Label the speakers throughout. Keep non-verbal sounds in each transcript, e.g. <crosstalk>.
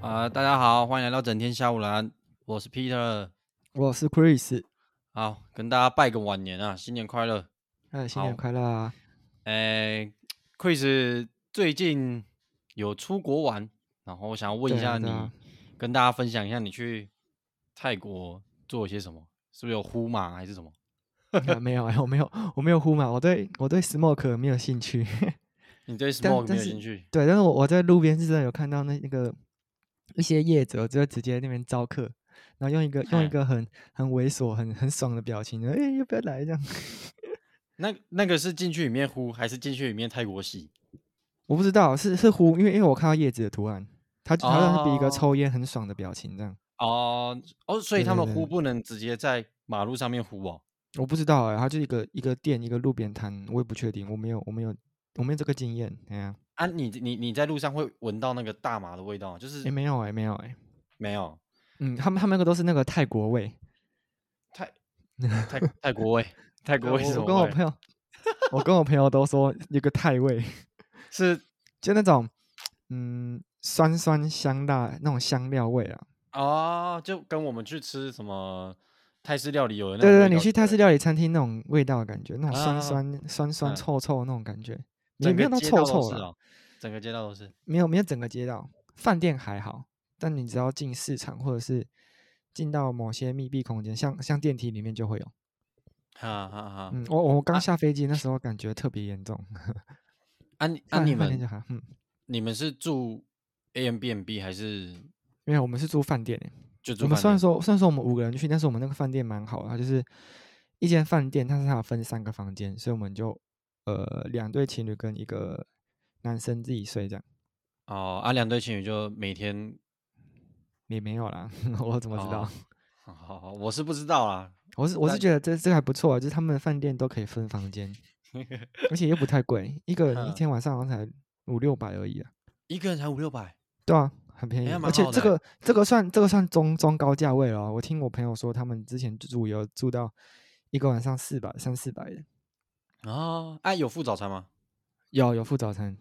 Speaker 1: 啊、大家好，欢迎来到整天下午蓝，我是 Peter。
Speaker 2: 我是 Chris，
Speaker 1: 好，跟大家拜个晚年啊，新年快乐！
Speaker 2: 嗯，新年
Speaker 1: 好
Speaker 2: 快乐啊！
Speaker 1: 诶 c h r i s 最近有出国玩，然后我想要问一
Speaker 2: 对啊
Speaker 1: 下你，
Speaker 2: 对啊
Speaker 1: 跟大家分享一下你去泰国做了些什么？是不是有呼马还是什么？
Speaker 2: 啊没有 <laughs> 啊，我没有，我没有呼嘛，我对我对 smoke 没有兴趣。 <laughs>
Speaker 1: 你对
Speaker 2: 但
Speaker 1: smoke 没
Speaker 2: 但
Speaker 1: 有
Speaker 2: 是
Speaker 1: 兴趣？
Speaker 2: 对，但是我我在路边是真的有看到那那个一些业者，就直接那边招客，然后用一个用
Speaker 1: 哎
Speaker 2: 一个很很猥琐、很很爽的表情，哎、要不要来这样？ <laughs>
Speaker 1: 那那个是进去里面呼，还是进去里面泰国洗？
Speaker 2: 我不知道是是呼，因为因为我看到叶子的图案，他他像是比一
Speaker 1: 哦
Speaker 2: 个抽烟很爽的表情这样。
Speaker 1: 哦哦，所以
Speaker 2: 对
Speaker 1: 他
Speaker 2: 对
Speaker 1: 们
Speaker 2: 对
Speaker 1: 呼不能直接在马路上面呼哦。
Speaker 2: 我不知道哎、他就一个一个店一个路边摊，我也不确定，我没有我没有我没有这个经验，哎呀、
Speaker 1: 啊，你你你在路上会闻到那个大麻的味道吗，就是
Speaker 2: 也、没有哎、没有哎、
Speaker 1: 没有
Speaker 2: 嗯，他们他们那个都是那个泰国味。
Speaker 1: 泰 <laughs> 泰泰国味，泰国
Speaker 2: 我
Speaker 1: 味是什
Speaker 2: 我
Speaker 1: 么
Speaker 2: 跟我
Speaker 1: 味
Speaker 2: 朋友，我跟我朋友都说有个泰味，
Speaker 1: 是
Speaker 2: 就那种嗯酸酸香辣那种香料味啊。
Speaker 1: <laughs> 哦，就跟我们去吃什么泰式料理有的那
Speaker 2: 对
Speaker 1: 种
Speaker 2: 对，
Speaker 1: 味
Speaker 2: 你
Speaker 1: 道
Speaker 2: 去
Speaker 1: 不
Speaker 2: 泰式料理餐厅那种味道的感觉，那种
Speaker 1: 啊
Speaker 2: 酸酸、酸酸
Speaker 1: 嗯
Speaker 2: 臭臭的那种感觉，也
Speaker 1: 整
Speaker 2: 没有
Speaker 1: 个
Speaker 2: 到
Speaker 1: 街
Speaker 2: 臭
Speaker 1: 道都
Speaker 2: 臭
Speaker 1: 是
Speaker 2: 了，
Speaker 1: 哦，整个街道都是。
Speaker 2: 没有没有整个街道，饭店还好，但你只要进市场或者是进到某些密闭空间，像像电梯里面就会有。
Speaker 1: 哈哈哈，
Speaker 2: 嗯，我我
Speaker 1: 啊
Speaker 2: 刚下飞机那时候感觉特别严重，
Speaker 1: 啊你啊
Speaker 2: 饭
Speaker 1: 你
Speaker 2: 饭店就
Speaker 1: 们
Speaker 2: 还好嗯，
Speaker 1: 你们是住 A M B N B 还是
Speaker 2: 没有，我们是住饭店、欸。
Speaker 1: 就住
Speaker 2: 我们
Speaker 1: 饭
Speaker 2: 虽然
Speaker 1: 店？
Speaker 2: 说虽然说我们五个人去，但是我们那个饭店蛮好的，它就是一间饭店，但是它有分三个房间，所以我们就呃两对情侣跟一个男生自己睡这样。
Speaker 1: 哦，啊两对情侣就每天
Speaker 2: 也没有啦， <laughs> 我怎么知道？
Speaker 1: 哦好好好，我是不知道啦。
Speaker 2: 我是我
Speaker 1: 那
Speaker 2: 是觉得这这个还不错啊，就是他们的饭店都可以分
Speaker 1: <laughs>
Speaker 2: 房间，而且又不太贵，一个人一
Speaker 1: 嗯
Speaker 2: 天晚上好像才五六百而已啊。
Speaker 1: 一个人才五六百，
Speaker 2: 对啊，很便宜，
Speaker 1: 那蛮
Speaker 2: 而且
Speaker 1: 好
Speaker 2: 这
Speaker 1: 的欸
Speaker 2: 个这个算这个算中中高价位了哦。我听我朋友说，他们之前住有住到一个晚上四百三四百的，
Speaker 1: 哦，啊，有付早餐吗？
Speaker 2: 有有附早餐。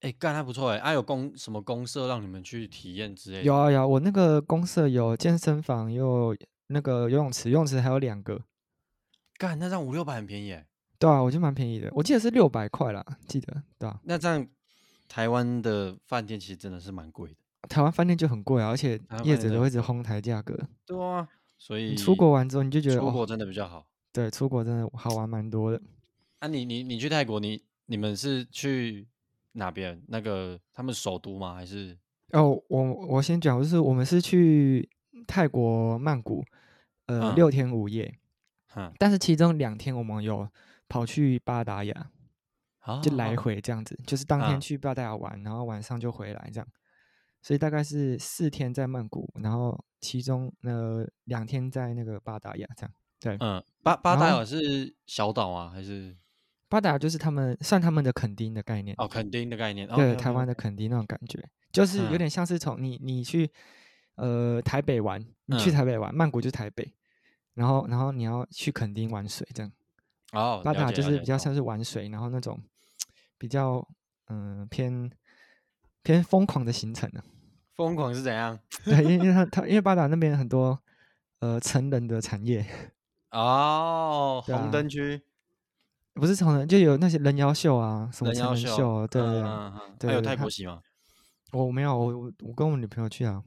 Speaker 1: 哎、干还不错哎，啊，有公什么公社让你们去体验之类的？
Speaker 2: 有啊有啊，我那个公社有健身房，也有那个游泳池，游泳池还有两个。
Speaker 1: 干，那这样五六百很便宜哎，
Speaker 2: 对啊，我觉得蛮便宜的，我记得是六百块啦，记得对啊。
Speaker 1: 那这样台湾的饭店其实真的是蛮贵的。
Speaker 2: 台湾饭店就很贵啊，而且
Speaker 1: 台湾饭
Speaker 2: 业
Speaker 1: 店
Speaker 2: 者
Speaker 1: 真的
Speaker 2: 都
Speaker 1: 很
Speaker 2: 会一直哄抬价格。
Speaker 1: 对啊，所以
Speaker 2: 你出国玩之后，你就觉得
Speaker 1: 出
Speaker 2: 哦，
Speaker 1: 国真的比较好。
Speaker 2: 对，出国真的好玩蛮多的。
Speaker 1: 啊你，你你去泰国，你你们是去哪边？那个他们首都吗？还是
Speaker 2: 哦，我我先讲，就是我们是去泰国曼谷，呃，
Speaker 1: 嗯
Speaker 2: 六天五夜，
Speaker 1: 哼
Speaker 2: 但是其中两天我们有跑去巴达雅，
Speaker 1: 啊
Speaker 2: 就来回这样子，就是当天
Speaker 1: 嗯
Speaker 2: 去巴达雅玩，然后晚上就回来这样，所以大概是四天在曼谷，然后其中呃两天在那个巴达雅这样。对，
Speaker 1: 嗯，巴巴达
Speaker 2: 然后
Speaker 1: 尔是小岛啊，还是
Speaker 2: 巴达雅就是他们算他们的垦丁的概念，
Speaker 1: 哦垦丁的概念？
Speaker 2: 对，台湾的垦丁那种感觉，就是有
Speaker 1: 嗯
Speaker 2: 点像是从你你去呃台北玩，你去
Speaker 1: 嗯
Speaker 2: 台北玩，曼谷就台北，然后然后你要去垦丁玩水这样，
Speaker 1: 的哦，
Speaker 2: 巴
Speaker 1: 了
Speaker 2: 达
Speaker 1: 解
Speaker 2: 就
Speaker 1: 了
Speaker 2: 是
Speaker 1: 解
Speaker 2: 比较
Speaker 1: 懂
Speaker 2: 像是玩水，然后那种比较嗯、偏偏疯狂的行程呢、啊
Speaker 1: 疯狂是怎样？
Speaker 2: 对，因为因为他他因为巴达那边很多呃成人的产业，
Speaker 1: 哦，
Speaker 2: 对
Speaker 1: 红
Speaker 2: 啊
Speaker 1: 灯区，
Speaker 2: 不是成人就有那些人妖秀啊，什么
Speaker 1: 人
Speaker 2: 成
Speaker 1: 妖
Speaker 2: 人
Speaker 1: 秀，
Speaker 2: 秀，对对对，
Speaker 1: 嗯嗯嗯
Speaker 2: 对
Speaker 1: 还有
Speaker 2: 对
Speaker 1: 泰
Speaker 2: 它
Speaker 1: 国洗吗？
Speaker 2: 我没有，我我我跟我女朋友去啊，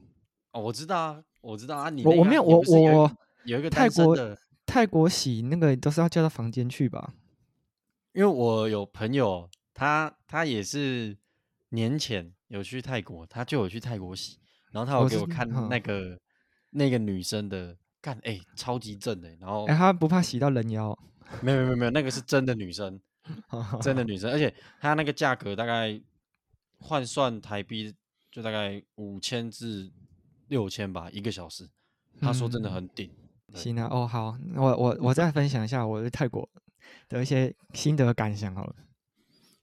Speaker 1: 哦，我知道啊，我知道啊，你
Speaker 2: 我
Speaker 1: 那
Speaker 2: 我
Speaker 1: 个
Speaker 2: 没有
Speaker 1: 你
Speaker 2: 我
Speaker 1: 不是有一
Speaker 2: 我
Speaker 1: 个有一个
Speaker 2: 泰
Speaker 1: 单身
Speaker 2: 国
Speaker 1: 的，
Speaker 2: 泰国洗那个都是要叫到房间去吧？
Speaker 1: 因为我有朋友，他他也是年前有去泰国，他就有去泰国洗，然后他有
Speaker 2: 我
Speaker 1: 给
Speaker 2: 是
Speaker 1: 我看
Speaker 2: 嗯
Speaker 1: 那个那个女生的。干哎、超级正的、然
Speaker 2: <laughs>
Speaker 1: 后
Speaker 2: 哎、他不怕洗到人妖？ <laughs>
Speaker 1: 没有没有没有，那个是真的女生，真
Speaker 2: <laughs>
Speaker 1: 的女生，而且她那个价格大概换算台币就大概五千至六千吧，一个小时。他说真的
Speaker 2: 嗯
Speaker 1: 很顶，对
Speaker 2: 行啊，哦，好，那我我我再分享一下我对泰国的一些心得感想好了。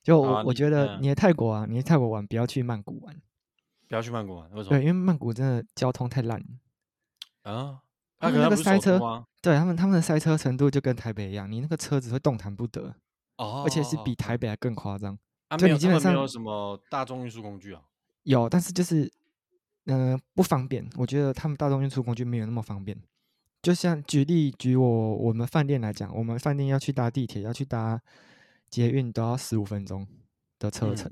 Speaker 2: 就
Speaker 1: 好
Speaker 2: 我、
Speaker 1: 啊
Speaker 2: 我
Speaker 1: 你
Speaker 2: 觉得
Speaker 1: 嗯
Speaker 2: 你在泰国啊，你在泰国玩不要去曼谷玩，
Speaker 1: 不要去曼谷玩，为什
Speaker 2: 对，
Speaker 1: 么
Speaker 2: 因为曼谷真的交通太烂了，
Speaker 1: 啊？
Speaker 2: 他
Speaker 1: 啊
Speaker 2: 们
Speaker 1: 可
Speaker 2: 那
Speaker 1: 能
Speaker 2: 个
Speaker 1: 不是
Speaker 2: 塞
Speaker 1: 首都
Speaker 2: 车
Speaker 1: 吗？
Speaker 2: 对他们他们的塞车程度就跟台北一样，你那个车子会动弹不得，
Speaker 1: 哦，
Speaker 2: 而且是比
Speaker 1: 哦
Speaker 2: 台北还更夸张。
Speaker 1: 啊
Speaker 2: 对
Speaker 1: 没有，
Speaker 2: 你基
Speaker 1: 他
Speaker 2: 本
Speaker 1: 们没
Speaker 2: 上
Speaker 1: 有什么大众运输工具啊。
Speaker 2: 有，但是就是嗯、不方便。我觉得他们大众运输工具没有那么方便。就像举例举我我们饭店来讲，我们饭店要去搭地铁，要去搭捷运，都要十五分钟的车
Speaker 1: 嗯
Speaker 2: 程。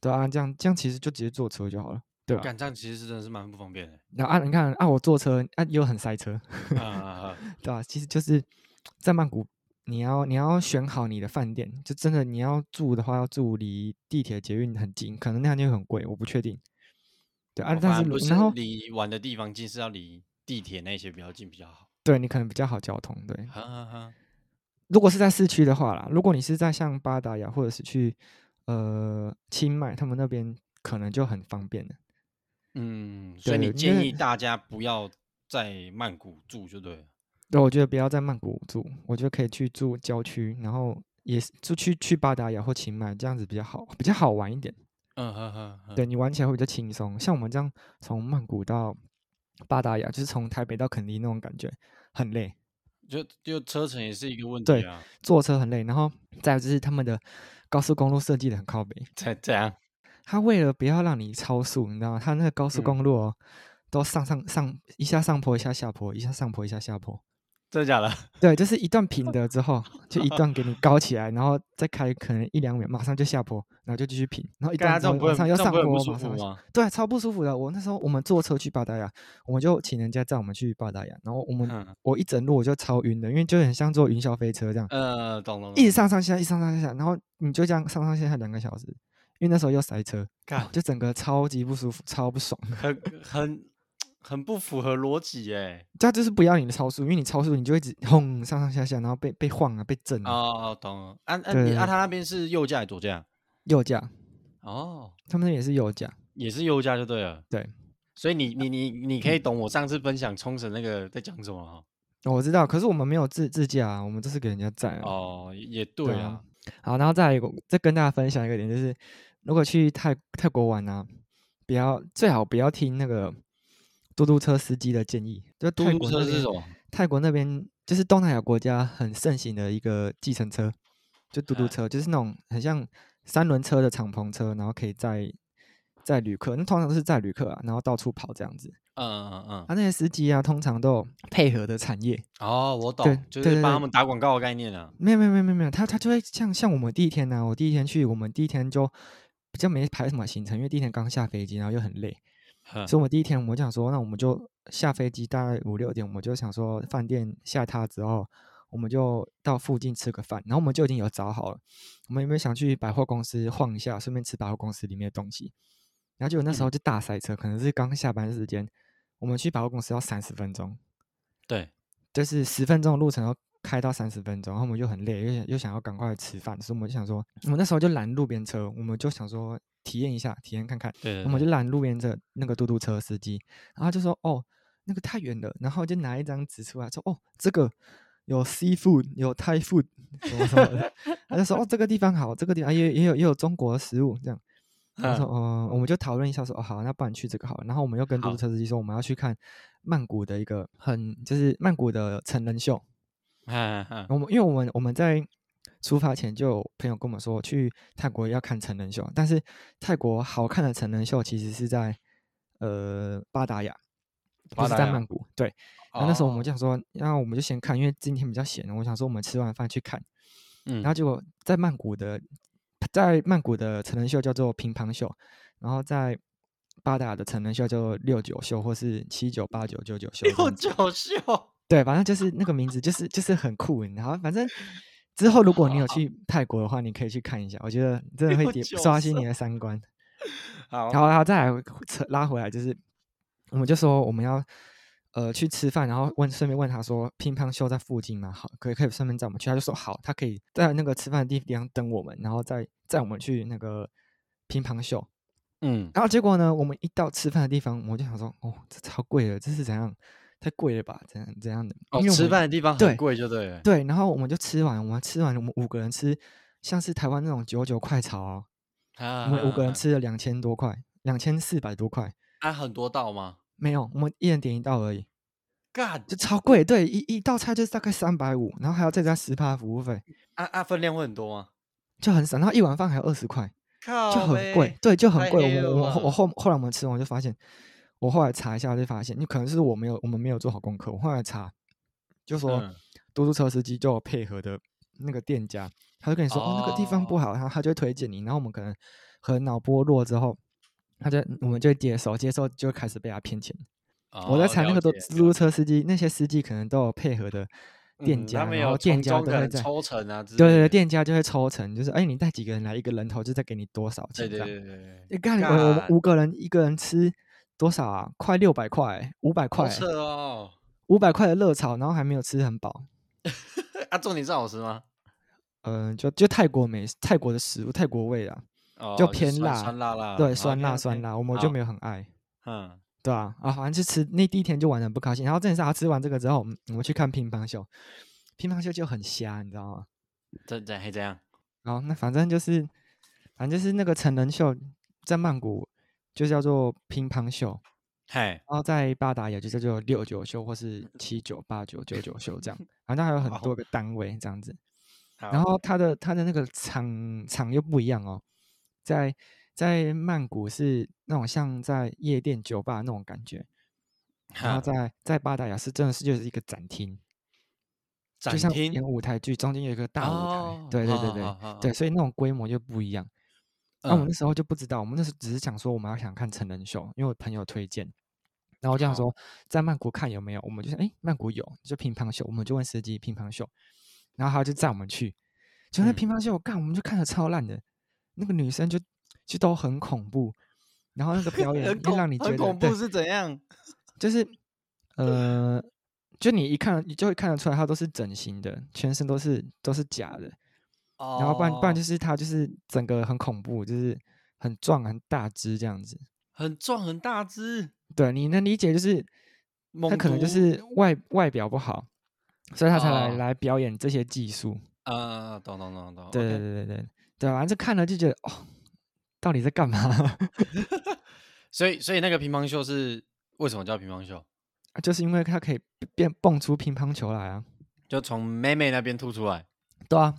Speaker 2: 对啊，这样这样其实就直接坐车就好了，对吧？
Speaker 1: 干这样其实是真的是蛮不方便的。
Speaker 2: 然后啊，你看啊，我坐车啊又很塞车， <laughs>
Speaker 1: 啊啊啊！
Speaker 2: 对吧、其实就是在曼谷，你要你要选好你的饭店，就真的你要住的话，要住离地铁、捷运很近，可能那样就很贵，我不确定。对啊，
Speaker 1: 哦反
Speaker 2: 但
Speaker 1: 而
Speaker 2: 是
Speaker 1: 不
Speaker 2: 如
Speaker 1: 是
Speaker 2: 然后
Speaker 1: 离玩的地方近，是要离地铁那些比较近比较好。
Speaker 2: 对你可能比较好交通。对，
Speaker 1: 哈哈哈。
Speaker 2: 如果是在市区的话啦，如果你是在像巴达雅或者是去呃清迈他们那边，可能就很方便了。
Speaker 1: 嗯，所以你
Speaker 2: 对因
Speaker 1: 建
Speaker 2: 为
Speaker 1: 议大家不要在曼谷住就对了。
Speaker 2: 对，我觉得不要在曼谷住，我觉得可以去住郊区，然后也是就去去巴达雅或清迈这样子比较好，比较好玩一点。
Speaker 1: 嗯哼哼哼，
Speaker 2: 对你玩起来会比较轻松。像我们这样从曼谷到巴达雅，就是从台北到垦丁那种感觉，很累，
Speaker 1: 就就车程也是一个问
Speaker 2: 对
Speaker 1: 题啊。
Speaker 2: 坐车很累。然后再来就是他们的高速公路设计的很靠北，
Speaker 1: 怎怎样？
Speaker 2: 它为了不要让你超速，你知道吗？它那个高速
Speaker 1: 嗯
Speaker 2: 公路哦，都上上上一下上坡，一下下坡，一下上坡，一下下坡。
Speaker 1: 真的假的？
Speaker 2: 对，就是一段平的之后，就一段给你高起来，然后再开可能一两秒，马上就下坡，然后就继续平， <laughs> 然后一
Speaker 1: 干他
Speaker 2: 段之
Speaker 1: 这
Speaker 2: 后
Speaker 1: 种不会
Speaker 2: 马上要
Speaker 1: 这
Speaker 2: 上
Speaker 1: 种不会很
Speaker 2: 坡，
Speaker 1: 不
Speaker 2: 马
Speaker 1: 舒
Speaker 2: 上要
Speaker 1: 服
Speaker 2: 下
Speaker 1: 吗？
Speaker 2: 对，超不舒服的。我那时候我们坐车去巴达雅，我们就请人家载我们去巴达雅，然后我们、
Speaker 1: 嗯
Speaker 2: 我一整路我就超晕的，因为就很像坐云霄飞车这样，
Speaker 1: 呃，懂懂懂。
Speaker 2: 一直上上下下，一直上上下下，然后你就这样上上下下两个小时，因为那时候又塞车，
Speaker 1: 干
Speaker 2: 就整个超级不舒服，超不爽。 <laughs>
Speaker 1: 很很很不符合逻辑哎。
Speaker 2: 他就是不要你的超速，因为你超速你就一直轰上上下下，然后被被晃啊，被震啊，
Speaker 1: 哦，懂了。啊啊，
Speaker 2: 对
Speaker 1: 你
Speaker 2: 对
Speaker 1: 啊，
Speaker 2: 对
Speaker 1: 他那边是右驾还是左驾？
Speaker 2: 右驾，
Speaker 1: 哦，
Speaker 2: 他们那也是右驾，
Speaker 1: 也是右驾就对了。
Speaker 2: 对。啊嗯
Speaker 1: 所以你你你你可以懂我上次分享冲绳那个在讲什么哈？
Speaker 2: 哦我知道，可是我们没有自自驾、啊，我们都是给人家载、啊。
Speaker 1: 哦，也也
Speaker 2: 对
Speaker 1: 对啊。
Speaker 2: 好，然后再来一个，再跟大家分享一个点，就是如果去泰泰国玩啊，不要最好不要听那个嘟嘟车司机的建议。就
Speaker 1: 嘟
Speaker 2: 泰
Speaker 1: 嘟
Speaker 2: 国
Speaker 1: 车
Speaker 2: 那
Speaker 1: 是
Speaker 2: 边
Speaker 1: 什，么？
Speaker 2: 泰国那边就是东南亚国家很盛行的一个计程车，就嘟嘟
Speaker 1: 啊
Speaker 2: 车，就是那种很像三轮车的敞篷车，然后可以载载旅客，那通常都是载旅客啊，然后到处跑这样子。
Speaker 1: 嗯嗯嗯嗯。
Speaker 2: 啊，那些司机啊，通常都有配合的产业，
Speaker 1: 哦，我
Speaker 2: 对
Speaker 1: 懂，就
Speaker 2: 对
Speaker 1: 是
Speaker 2: 对
Speaker 1: 帮
Speaker 2: 对
Speaker 1: 他们打广告的概念啊。
Speaker 2: 没有没有没有没有没有，他他就会像像我们第一天呢、我第一天去，我们第一天就比较没排什么行程，因为第一天刚下飞机，然后又很累，
Speaker 1: 哼
Speaker 2: 所以我们第一天我们就想说，那我们就下飞机大概五六点，我们就想说饭店下榻之后，我们就到附近吃个饭，然后我们就已经有找好了，我们有没有想去百货公司晃一下，顺便吃百货公司里面的东西？然后结果那时候就大塞车，可能是刚下班时间，我们去百货公司要三十分钟，
Speaker 1: 对，
Speaker 2: 就是十分钟的路程要开到三十分钟，然后我们就很累，又想又想要赶快吃饭，所以我们就想说，我们那时候就拦路边车，我们就想说体验一下，体验看看，
Speaker 1: 对对
Speaker 2: 我们
Speaker 1: 对
Speaker 2: 就拦路边车那个嘟嘟车司机，然后他就说哦那个太远了，然后就拿一张纸出来说哦这个。有 seafood，有 Thai food，什么什么的， <laughs> 他就说哦，这个地方好，这个地方也也有也有中国的食物，这样，他说
Speaker 1: 嗯
Speaker 2: 嗯，我们就讨论一下说，哦好，那不然去这个好了。然后我们又跟嘟嘟
Speaker 1: 好
Speaker 2: 车司机说，我们要去看曼谷的一个很就是曼谷的成人秀。
Speaker 1: 嗯嗯嗯
Speaker 2: 我们因为我们我们在出发前就有朋友跟我们说，去泰国要看成人秀，但是泰国好看的成人秀其实是在呃巴达雅，不
Speaker 1: 巴
Speaker 2: 是
Speaker 1: 达
Speaker 2: 在
Speaker 1: 雅
Speaker 2: 曼谷。对，然后那时候我们
Speaker 1: 哦
Speaker 2: 就想说，那我们就先看，因为今天比较闲，我想说我们吃完饭去看。
Speaker 1: 嗯
Speaker 2: 然后结果在曼谷的，在曼谷的成人秀叫做乒乓秀，然后在巴达的成人秀叫做六九秀，或是七九八九九九秀这
Speaker 1: 六
Speaker 2: 样子。
Speaker 1: 九秀，
Speaker 2: 对，反正就是那个名字，就是就是很酷。然后
Speaker 1: <laughs>
Speaker 2: 反正之后如果你有
Speaker 1: 好
Speaker 2: 去泰国的话，你可以去看一下，我觉得真的会
Speaker 1: 六
Speaker 2: 点
Speaker 1: 九
Speaker 2: 刷新
Speaker 1: 秀
Speaker 2: 你的三观。
Speaker 1: 好，
Speaker 2: 然后，然后再来扯拉回来，就是我们就说我们要呃去吃饭，然后问顺便问他说乒乓秀在附近吗？好，可以可以顺便载我们去。他就说好，他可以在那个吃饭的地方等我们，然后再载我们去那个乒乓秀。
Speaker 1: 嗯，
Speaker 2: 然后结果呢，我们一到吃饭的地方，我就想说，哦，这超贵了，这是怎样？太贵了吧？怎样怎样的？
Speaker 1: 哦
Speaker 2: 因，为我
Speaker 1: 吃
Speaker 2: 们
Speaker 1: 饭的地方
Speaker 2: 对
Speaker 1: 很贵就对了。
Speaker 2: 对，然后我们就吃完，我们吃完，我们五个人吃，像是台湾那种九九快炒哦、
Speaker 1: 啊
Speaker 2: 我们五个人
Speaker 1: 啊
Speaker 2: 吃了两千多块，两千四百多块。
Speaker 1: 啊，很多道吗
Speaker 2: 没有，我们一人点一道而已，
Speaker 1: ？God，
Speaker 2: 就超贵。对，一一道菜就是大概三百五，然后还要再加十帕服务费，
Speaker 1: 啊啊，分量会很多吗？
Speaker 2: 就很少。然后一碗饭还有二十块，
Speaker 1: 靠
Speaker 2: 就很
Speaker 1: 呗
Speaker 2: 贵。，对，就很
Speaker 1: 太
Speaker 2: 贵。我
Speaker 1: 黑
Speaker 2: 们
Speaker 1: 了
Speaker 2: 我们后我
Speaker 1: 吧
Speaker 2: 后后来我们吃完就发现，我后来查一下就发现，你可能是我没有我们没有做好功课。我后来查，就说
Speaker 1: 嗯
Speaker 2: 出租车司机就有配合的那个店家，他就跟你说哦那个地方不
Speaker 1: 哦
Speaker 2: 好，然后他就会推荐你，然后我们可能很脑波弱之后，他就我们就会接受，接受就会开始被他骗钱。我在
Speaker 1: 哦
Speaker 2: 猜那
Speaker 1: 了
Speaker 2: 个都
Speaker 1: 解
Speaker 2: 出租车司机那些司机可能都有配合的店
Speaker 1: 嗯
Speaker 2: 家，
Speaker 1: 他们
Speaker 2: 然
Speaker 1: 有
Speaker 2: 后店
Speaker 1: 从
Speaker 2: 家
Speaker 1: 中
Speaker 2: 都
Speaker 1: 可
Speaker 2: 会
Speaker 1: 能
Speaker 2: 在。
Speaker 1: 抽成啊之
Speaker 2: 对对
Speaker 1: 类
Speaker 2: 对，
Speaker 1: 的
Speaker 2: 店家就会抽成，就是哎，你带几个人来，一个人头就再给你多少钱
Speaker 1: 对对
Speaker 2: 这样。
Speaker 1: 对对对，
Speaker 2: 你看，我我们
Speaker 1: 干
Speaker 2: 五个人，一个人吃多少啊？快六百块，五百
Speaker 1: 好
Speaker 2: 块，
Speaker 1: 扯哦。
Speaker 2: 五百块的热炒，然后还没有吃很饱。
Speaker 1: 啊，重点是好吃吗？
Speaker 2: 嗯、就就泰国美泰国的食物，泰国味啊，
Speaker 1: 哦，
Speaker 2: 就是偏
Speaker 1: 酸
Speaker 2: 辣
Speaker 1: 酸辣辣，
Speaker 2: 对，酸辣
Speaker 1: OK，OK
Speaker 2: 酸辣，我们就
Speaker 1: 好
Speaker 2: 没有很爱，
Speaker 1: 嗯，
Speaker 2: 对啊，啊，反正就吃那第一天就玩的很不开心，然后正是他吃完这个之后，我们我们去看乒乓球，乒乓球就很瞎，你知道吗？
Speaker 1: 怎怎还怎样？
Speaker 2: 然后那反正就是，反正就是那个成人秀在曼谷就叫做乒乓秀，
Speaker 1: 嘿，
Speaker 2: 然后在八达也就叫做六九秀
Speaker 1: <laughs>
Speaker 2: 或是七九八九九九秀这样，反正还有很
Speaker 1: 好
Speaker 2: 多个单位这样子。然
Speaker 1: 好
Speaker 2: 后它的它的那个场场又不一样哦，在在曼谷是那种像在夜店酒吧那种感觉，然
Speaker 1: 哈
Speaker 2: 后在在八达雅是真的是就是一个展厅，就
Speaker 1: 展
Speaker 2: 像
Speaker 1: 厅
Speaker 2: 演舞台剧，中间有一个大舞台，
Speaker 1: 哦
Speaker 2: 对对
Speaker 1: 好
Speaker 2: 对
Speaker 1: 好
Speaker 2: 对、
Speaker 1: 好好
Speaker 2: 对，
Speaker 1: 好
Speaker 2: 所以那种规模就不一样。那、我们
Speaker 1: 嗯
Speaker 2: 那时候就不知道，我们那时候只是想说我们要想看成人秀，因为我朋友推荐，然后这样
Speaker 1: 好
Speaker 2: 说在曼谷看有没有，我们就想哎、诶曼谷有就乒乓秀，我们就问司机乒乓秀，然后他就载我们去，就那
Speaker 1: 嗯
Speaker 2: 乒乓秀，干我们就看的超烂的，那个女生就就都很恐怖，然后那个表演
Speaker 1: 很
Speaker 2: 又
Speaker 1: 恐
Speaker 2: 让你觉
Speaker 1: 很
Speaker 2: 得
Speaker 1: 恐怖
Speaker 2: 对，
Speaker 1: 是怎样？
Speaker 2: 就是呃，就你一看你就会看得出来，她都是整形的，全身都是都是假的。然后不然不然
Speaker 1: 哦
Speaker 2: 就是他就是整个很恐怖，就是很壮很大只这样子。
Speaker 1: 很壮很大只，
Speaker 2: 对，你能理解就是他
Speaker 1: 猛
Speaker 2: 可能就
Speaker 1: 毒
Speaker 2: 是外外表不好，所以他才来、
Speaker 1: 哦
Speaker 2: 来表演这些技术。
Speaker 1: 啊，懂懂懂懂，
Speaker 2: 对对
Speaker 1: OK
Speaker 2: 对对对对，啊反正看了就觉得哦，到底在干嘛？ <laughs>
Speaker 1: 所以所以那个乒乓球是为什么叫乒乓球？
Speaker 2: 啊就是因为他可以变蹦出乒乓球来啊。
Speaker 1: 就从妹妹那边吐出来。
Speaker 2: 对啊，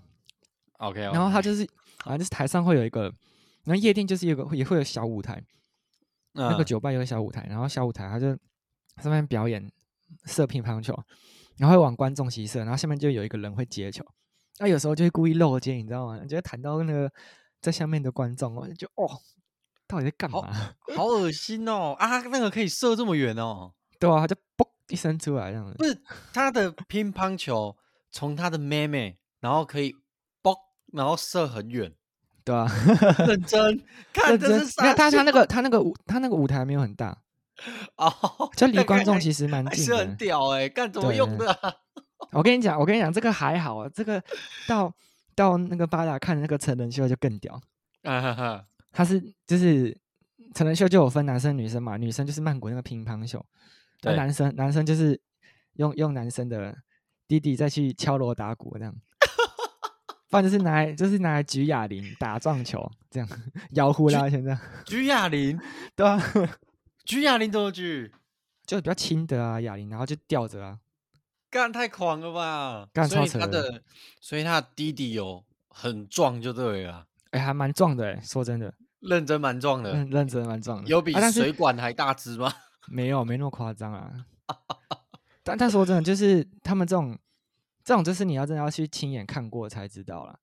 Speaker 1: OK，哦
Speaker 2: 然后他就是反正就是台上会有一个，然后夜店就是有个也会有小舞台，那
Speaker 1: 那
Speaker 2: 个酒吧有个小舞台，然后小舞台它就上面表演射乒乓球，然后会往观众席射，然后下面就有一个人会接球，那、有时候就会故意漏接，你知道吗？就会弹到那个在下面的观众，我就觉得哦，到底在干
Speaker 1: 好
Speaker 2: 嘛？ <laughs>
Speaker 1: 好恶心哦啊，那个可以射这么远哦。
Speaker 2: 对啊，他就嘣一声出来这样
Speaker 1: 不
Speaker 2: 子，
Speaker 1: 是他的乒乓球从他的妹妹，然后可以嘣，然后射很
Speaker 2: <laughs>
Speaker 1: 远，
Speaker 2: 对啊，
Speaker 1: 认真看
Speaker 2: 认
Speaker 1: 这
Speaker 2: 真
Speaker 1: 是
Speaker 2: 没有
Speaker 1: 啥
Speaker 2: 他他
Speaker 1: 笑
Speaker 2: 那个他那个舞他那个舞台没有很大，
Speaker 1: 哦，
Speaker 2: 就离
Speaker 1: 那
Speaker 2: 观
Speaker 1: 看
Speaker 2: 众
Speaker 1: 还
Speaker 2: 其实蛮
Speaker 1: 还
Speaker 2: 近
Speaker 1: 是
Speaker 2: 的
Speaker 1: 很。屌哎，干怎么
Speaker 2: 对
Speaker 1: 用的 <laughs> 啊？
Speaker 2: 我跟你讲，我跟你讲，这个还好，啊这个到到那个巴达看那个成人秀就更屌。
Speaker 1: 啊哈哈，
Speaker 2: 他是就是成人秀就有分男生女生嘛，女生就是曼谷那个乒乓球，那
Speaker 1: 对
Speaker 2: 男生男生就是用用男生的弟弟再去敲锣打鼓
Speaker 1: <laughs>
Speaker 2: 这样，不然就是拿来就是拿来举哑铃打撞球这样，摇呼啦现在，
Speaker 1: 举哑铃，
Speaker 2: 对啊，
Speaker 1: 举哑铃怎么举？
Speaker 2: <laughs> 就比较轻的啊哑铃，然后就吊着啊，
Speaker 1: 干太狂了吧！
Speaker 2: 干
Speaker 1: 所
Speaker 2: 超
Speaker 1: 以他
Speaker 2: 扯的
Speaker 1: 的，所以他的弟弟有很壮就对了啊，
Speaker 2: 哎、还蛮壮的哎、说真的，
Speaker 1: 认真蛮壮的，
Speaker 2: 认认真蛮壮的，
Speaker 1: 有比
Speaker 2: 啊、但是
Speaker 1: 水管还大只吗？
Speaker 2: 没有，没那么夸张
Speaker 1: <laughs>
Speaker 2: 啊。但但说真的，就是他们这种这种，就是你要真的要去亲眼看过才知道啦。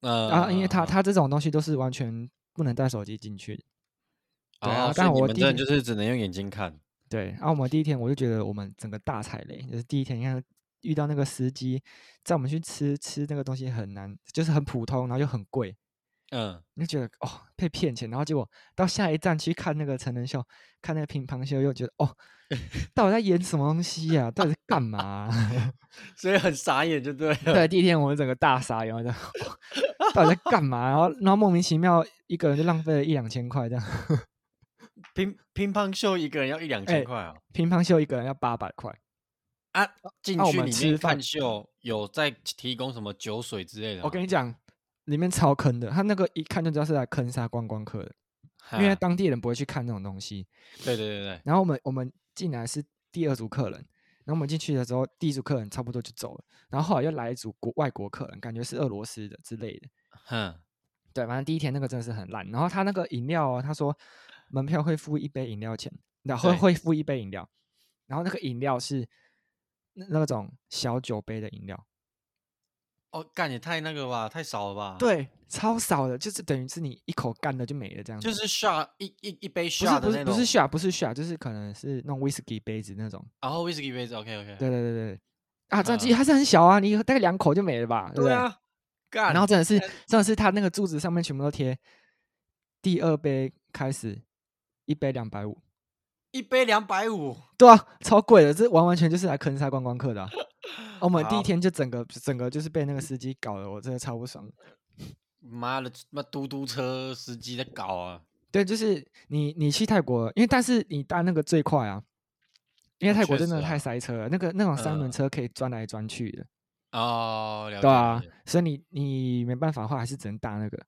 Speaker 1: 呃
Speaker 2: <laughs> 啊，因为他他这种东西都是完全不能带手机进去的。对啊
Speaker 1: 哦，所
Speaker 2: 但
Speaker 1: 以你
Speaker 2: 我
Speaker 1: 们
Speaker 2: 弟
Speaker 1: 真的
Speaker 2: 弟
Speaker 1: 就是只能用眼睛看。
Speaker 2: 对，然、后我们第一天我就觉得我们整个大踩雷，就是第一天你看遇到那个司机，载我们去吃吃那个东西很难，就是很普通，然后又很贵，
Speaker 1: 嗯，
Speaker 2: 你就觉得哦被骗钱，然后结果到下一站去看那个成人秀，看那个乒乓球，又觉得
Speaker 1: <laughs>
Speaker 2: 哦，到底在演什么东西呀、到底在干嘛 <laughs> 啊、
Speaker 1: 所以很傻眼就对了。
Speaker 2: 对，第一天我们整个大傻眼，然后就哦到底在干嘛？然后然后莫名其妙一个人就浪费了一两千块这样，
Speaker 1: 乒乒乓球一个人要一两
Speaker 2: 哎
Speaker 1: 千块啊！
Speaker 2: 乒乓球一个人要八百块，
Speaker 1: 啊，进
Speaker 2: 啊我
Speaker 1: 去
Speaker 2: 们
Speaker 1: 里
Speaker 2: 吃
Speaker 1: 面
Speaker 2: 饭
Speaker 1: 看秀有在提供什么酒水之类的吗？
Speaker 2: 我跟你讲，里面超坑的，他那个一看就知道是来坑杀观光客的，因为
Speaker 1: 哈
Speaker 2: 当地人不会去看那种东西。
Speaker 1: 对对对对，
Speaker 2: 然后我们我们进来是第二组客人，然后我们进去的时候，第一组客人差不多就走了，然后后来又来一组国外国客人，感觉是俄罗斯的之类的。
Speaker 1: 哼，
Speaker 2: 对，反正第一天那个真的是很烂。然后他那个饮料、哦，他说门票会付一杯饮料钱，然后
Speaker 1: 对
Speaker 2: 会附一杯饮料，然后那个饮料是那那种小酒杯的饮料，
Speaker 1: 哦，干也太那个吧，太少了吧？，
Speaker 2: 对，超少的，就是等于是你一口干了就没了这样子。
Speaker 1: 就是 shot 一一一杯
Speaker 2: 不是
Speaker 1: shot 的
Speaker 2: 不
Speaker 1: 那种，
Speaker 2: 是不是 shot 不是 shot，就是可能是那种 whisky 杯子那种。
Speaker 1: 然后哦 whisky 杯子，OK OK。
Speaker 2: 对对对对，啊，这样
Speaker 1: 嗯
Speaker 2: 其实还是很小啊，你大概两口就没了吧？对
Speaker 1: 对
Speaker 2: 不对，
Speaker 1: 啊，干，
Speaker 2: 然后真的是
Speaker 1: 但
Speaker 2: 真的是他那个柱子上面全部都贴，第二杯开始一杯两百五，
Speaker 1: 一杯两百五，
Speaker 2: 对啊，超贵的，这完完全就是来坑杀观光客的啊、我们第一
Speaker 1: 好
Speaker 2: 天就整个整个就是被那个司机搞得，我真的超不爽。
Speaker 1: 妈的，妈嘟嘟车司机在搞啊！
Speaker 2: 对，就是你你去泰国，因为但是你搭那个最快啊，因为
Speaker 1: 啊
Speaker 2: 泰国
Speaker 1: 确
Speaker 2: 真的
Speaker 1: 实
Speaker 2: 太
Speaker 1: 啊
Speaker 2: 塞车了，那个那种三轮
Speaker 1: 嗯
Speaker 2: 车可以钻来钻去的，
Speaker 1: 哦，了解
Speaker 2: 对啊
Speaker 1: 了解，
Speaker 2: 所以你你没办法的话，还是只能搭那个。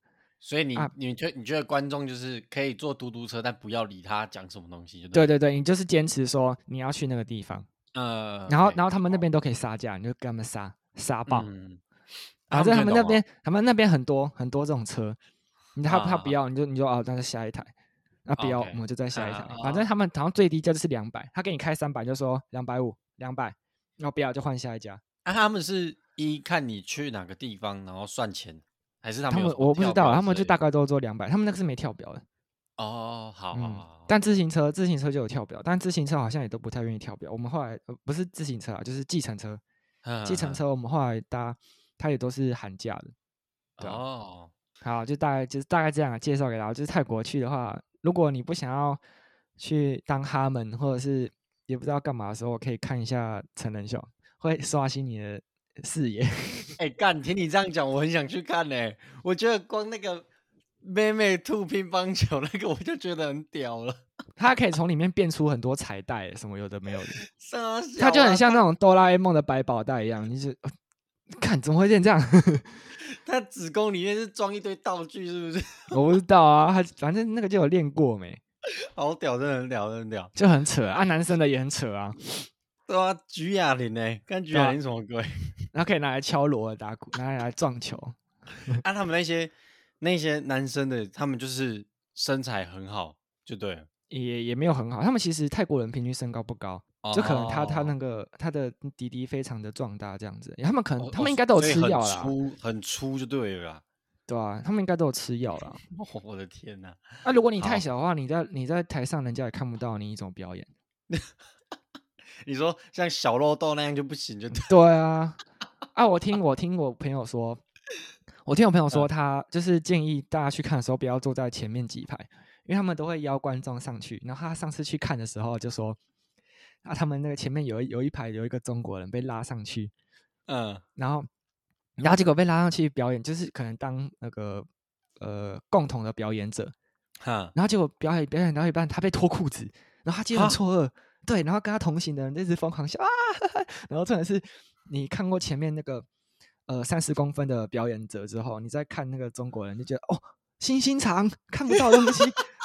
Speaker 1: 所以你、
Speaker 2: 啊
Speaker 1: 你觉你觉得观众就是可以坐嘟嘟车，但不要理他讲什么东西，就
Speaker 2: 对
Speaker 1: 对
Speaker 2: 对对，你就是坚持说你要去那个地方，
Speaker 1: 了，呃，
Speaker 2: 然后
Speaker 1: OK，
Speaker 2: 然后哦他们那
Speaker 1: 好
Speaker 2: 边都可以杀价，你就跟他们杀杀爆。
Speaker 1: 嗯，啊
Speaker 2: 反正他
Speaker 1: 听得
Speaker 2: 们那
Speaker 1: 懂吗
Speaker 2: 边，他们那边很多很多这种车，你他他
Speaker 1: 啊
Speaker 2: 不要，你就你就哦，那就下一台，那不要，我
Speaker 1: OK，
Speaker 2: 们就再下一台
Speaker 1: 啊。
Speaker 2: 反正他们好像最低价就是两百，他给你开三百，就说两百五、两百，然后不要就换下一家。
Speaker 1: 啊，他们是一看你去哪个地方，然后算钱，还是他
Speaker 2: 他
Speaker 1: 们有
Speaker 2: 们
Speaker 1: 什么
Speaker 2: 我不知
Speaker 1: 跳
Speaker 2: 道，
Speaker 1: 表
Speaker 2: 他们
Speaker 1: 之
Speaker 2: 就
Speaker 1: 类
Speaker 2: 大
Speaker 1: 的
Speaker 2: 概都做两百，他们那个是没跳表的。
Speaker 1: 哦，好好
Speaker 2: 嗯
Speaker 1: 好，好，
Speaker 2: 但自行车自行车就有跳表，但自行车好像也都不太愿意跳表。我们后来呃不是自行车啊，就是计程车，
Speaker 1: 但
Speaker 2: 计程车我们后来搭，它也都是喊价的。对啊
Speaker 1: 哦，
Speaker 2: 好，就大概就是大概这样啊介绍给大家。就是泰国去的话，如果你不想要去当哈们，或者是也不知道干嘛的时候，可以看一下成人秀，会刷新你的呃视野。 <laughs>
Speaker 1: 哎、干，听你这样讲，我很想去看呢、我觉得光那个妹妹吐乒乓球那个，我就觉得很屌了。 <laughs>
Speaker 2: 它可以从里面变出很多彩带，什么有的
Speaker 1: <laughs>
Speaker 2: 没有的，
Speaker 1: 傻
Speaker 2: 它就
Speaker 1: 小
Speaker 2: 很
Speaker 1: 啊
Speaker 2: 像那种哆啦 A 梦的百宝袋一样。你就呃看怎么会变这样？ <laughs>
Speaker 1: 她子宫里面是装一堆道具，是不是？
Speaker 2: 我不知道啊，它反正那个就有练过没，
Speaker 1: 好屌，真的很屌，真的很屌。
Speaker 2: 就很扯啊。男生的也很扯啊，
Speaker 1: 对啊，举哑铃呢？看举
Speaker 2: 对啊
Speaker 1: 哑铃什么鬼？ <laughs>
Speaker 2: 然后可以拿来敲锣、打鼓，拿来来撞球。
Speaker 1: 啊，他们那些那些男生的，他们就是身材很好，就对了。
Speaker 2: 也也没有很好，他们其实泰国人平均身高不高，就可能他他那
Speaker 1: 哦
Speaker 2: 个他的滴滴非常的壮大这样子，他们可能
Speaker 1: 哦
Speaker 2: 他
Speaker 1: 哦
Speaker 2: 们应该都有
Speaker 1: 所以
Speaker 2: 吃
Speaker 1: 很
Speaker 2: 药啦，
Speaker 1: 粗很粗就对
Speaker 2: <laughs>
Speaker 1: 了啦。
Speaker 2: 对啊，他们应该都有吃
Speaker 1: <laughs>
Speaker 2: 药啦。
Speaker 1: 哦我的天哪、
Speaker 2: 那如果你太
Speaker 1: 好
Speaker 2: 小的话，你在你在台上人家也看不到你一种表演，
Speaker 1: 你说像小肉豆那样就不行，就对。
Speaker 2: <laughs> 对啊，啊，我听我听我朋友说，我听我朋友说，他就是建议大家去看的时候不要坐在前面几排，因为他们都会邀观众上去。然后他上次去看的时候就说，啊，他们那个前面有一有一排有一个中国人被拉上去，
Speaker 1: 嗯，
Speaker 2: 然后，然后结果被拉上去表演，就是可能当那个呃共同的表演者，
Speaker 1: 哈，
Speaker 2: 然后结果表演表演到一半，他被脱裤子，然后他就很
Speaker 1: 啊
Speaker 2: 错愕，对，然后跟他同行的人就一直疯狂笑啊，然后重点是你看过前面那个呃三十公分的表演者之后，你再看那个中国人就觉得哦，新心肠看不到的
Speaker 1: <laughs>
Speaker 2: 东西。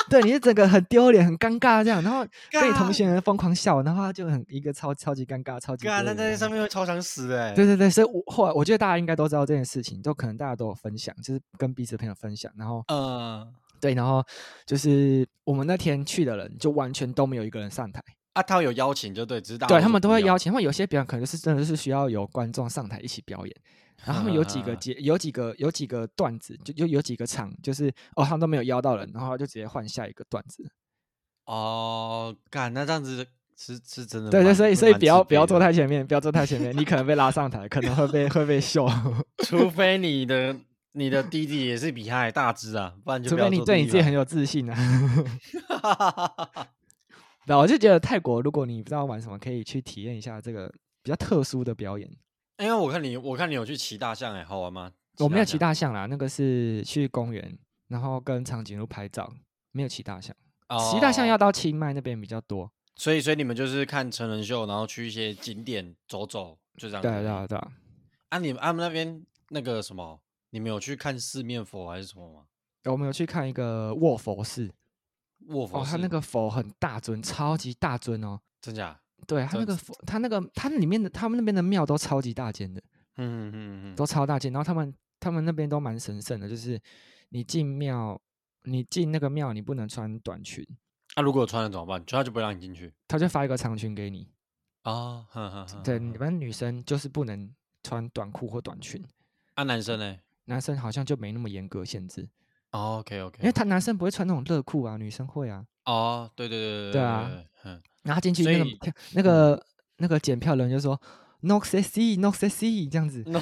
Speaker 2: 对，你就整个很丢脸、很尴尬这样，然后被你同
Speaker 1: 干
Speaker 2: 行人疯狂笑，然后他就很一个超超级尴尬、超级
Speaker 1: 干，
Speaker 2: 丢
Speaker 1: 啊那
Speaker 2: 脸
Speaker 1: 在
Speaker 2: 的
Speaker 1: 上面会超想死哎、
Speaker 2: 对对对，所以我后来我觉得大家应该都知道这件事情，都可能大家都有分享，就是跟彼此朋友分享，然后
Speaker 1: 嗯，
Speaker 2: 对，然后就是我们那天去的人就完全都没有一个人上台，
Speaker 1: 啊，他有邀请就对，知道
Speaker 2: 对他们都会邀，请，他们有些表演可能就是真的是需要有观众上台一起表演，然后他们有
Speaker 1: 啊
Speaker 2: 几个节有几个有几个段子，就就有几个场，就是哦他们都没有邀到人，然后就直接换下一个段子，
Speaker 1: 哦，干，那这样子是是真的蛮，
Speaker 2: 对对，所以
Speaker 1: 会
Speaker 2: 所以
Speaker 1: 蛮
Speaker 2: 不要
Speaker 1: 自
Speaker 2: 不要
Speaker 1: 卑
Speaker 2: 坐
Speaker 1: 的，
Speaker 2: 太前面，不要坐太前面，你可能被拉上台，可能会被会
Speaker 1: <laughs>
Speaker 2: 被秀。
Speaker 1: 除非你的你的弟弟也是比他还大只啊，不然就
Speaker 2: 除
Speaker 1: 不要
Speaker 2: 非你
Speaker 1: 坐
Speaker 2: 对
Speaker 1: 第
Speaker 2: 你
Speaker 1: 一
Speaker 2: 自己
Speaker 1: 排
Speaker 2: 很，有自信啊。 <laughs> 对啊，我就觉得泰国，如果你不知道玩什么，可以去体验一下这个比较特殊的表演。
Speaker 1: <laughs> 因为我看你我看你有去骑大象哎、好玩吗？
Speaker 2: 我没有骑
Speaker 1: 象
Speaker 2: 大象啦，那个是去公园，然后跟长颈鹿拍照，没有骑大象。骑大象要，
Speaker 1: 哦
Speaker 2: 到清迈那边比较多。
Speaker 1: 所以所以你们就是看成人秀，然后去一些景点走走，就这样子
Speaker 2: 对
Speaker 1: 而
Speaker 2: 啊，
Speaker 1: 已。
Speaker 2: 对啊，对啊。
Speaker 1: 啊，你们他们那边那个什么，你们有去看四面佛还是什么吗？
Speaker 2: 我们有去看一个卧佛寺，
Speaker 1: 卧佛
Speaker 2: 哦，它
Speaker 1: 寺
Speaker 2: 那个佛很大尊，超级大尊哦。
Speaker 1: 真假？
Speaker 2: 对，它那
Speaker 1: 真
Speaker 2: 个佛，它那个它那里面的，他们那边的庙都超级大间的。
Speaker 1: 嗯嗯嗯
Speaker 2: 都超大件，然后他们他们那边都蛮神圣的，就是你进庙，你进那个庙你不能穿短裙，
Speaker 1: 那、啊如果有穿了怎么办？就他就不会让你进去
Speaker 2: 他就发一个长裙给你。
Speaker 1: 啊？哼哼哼
Speaker 2: 对，
Speaker 1: 哼
Speaker 2: 你
Speaker 1: 哼
Speaker 2: 们女生就是不能穿短裤或短裙，
Speaker 1: 啊，男生呢哦
Speaker 2: 男生好像就没那么严格限制，
Speaker 1: ？OK OK，
Speaker 2: 因为他男生不会穿那种热裤啊，女生会啊。
Speaker 1: 哦，对对对对
Speaker 2: 对啊，
Speaker 1: 嗯，
Speaker 2: 然后他进去
Speaker 1: 所
Speaker 2: 那
Speaker 1: 以嗯
Speaker 2: 个票那个那个检票人就说 “no sexy no sexy” 这样子，
Speaker 1: <laughs> No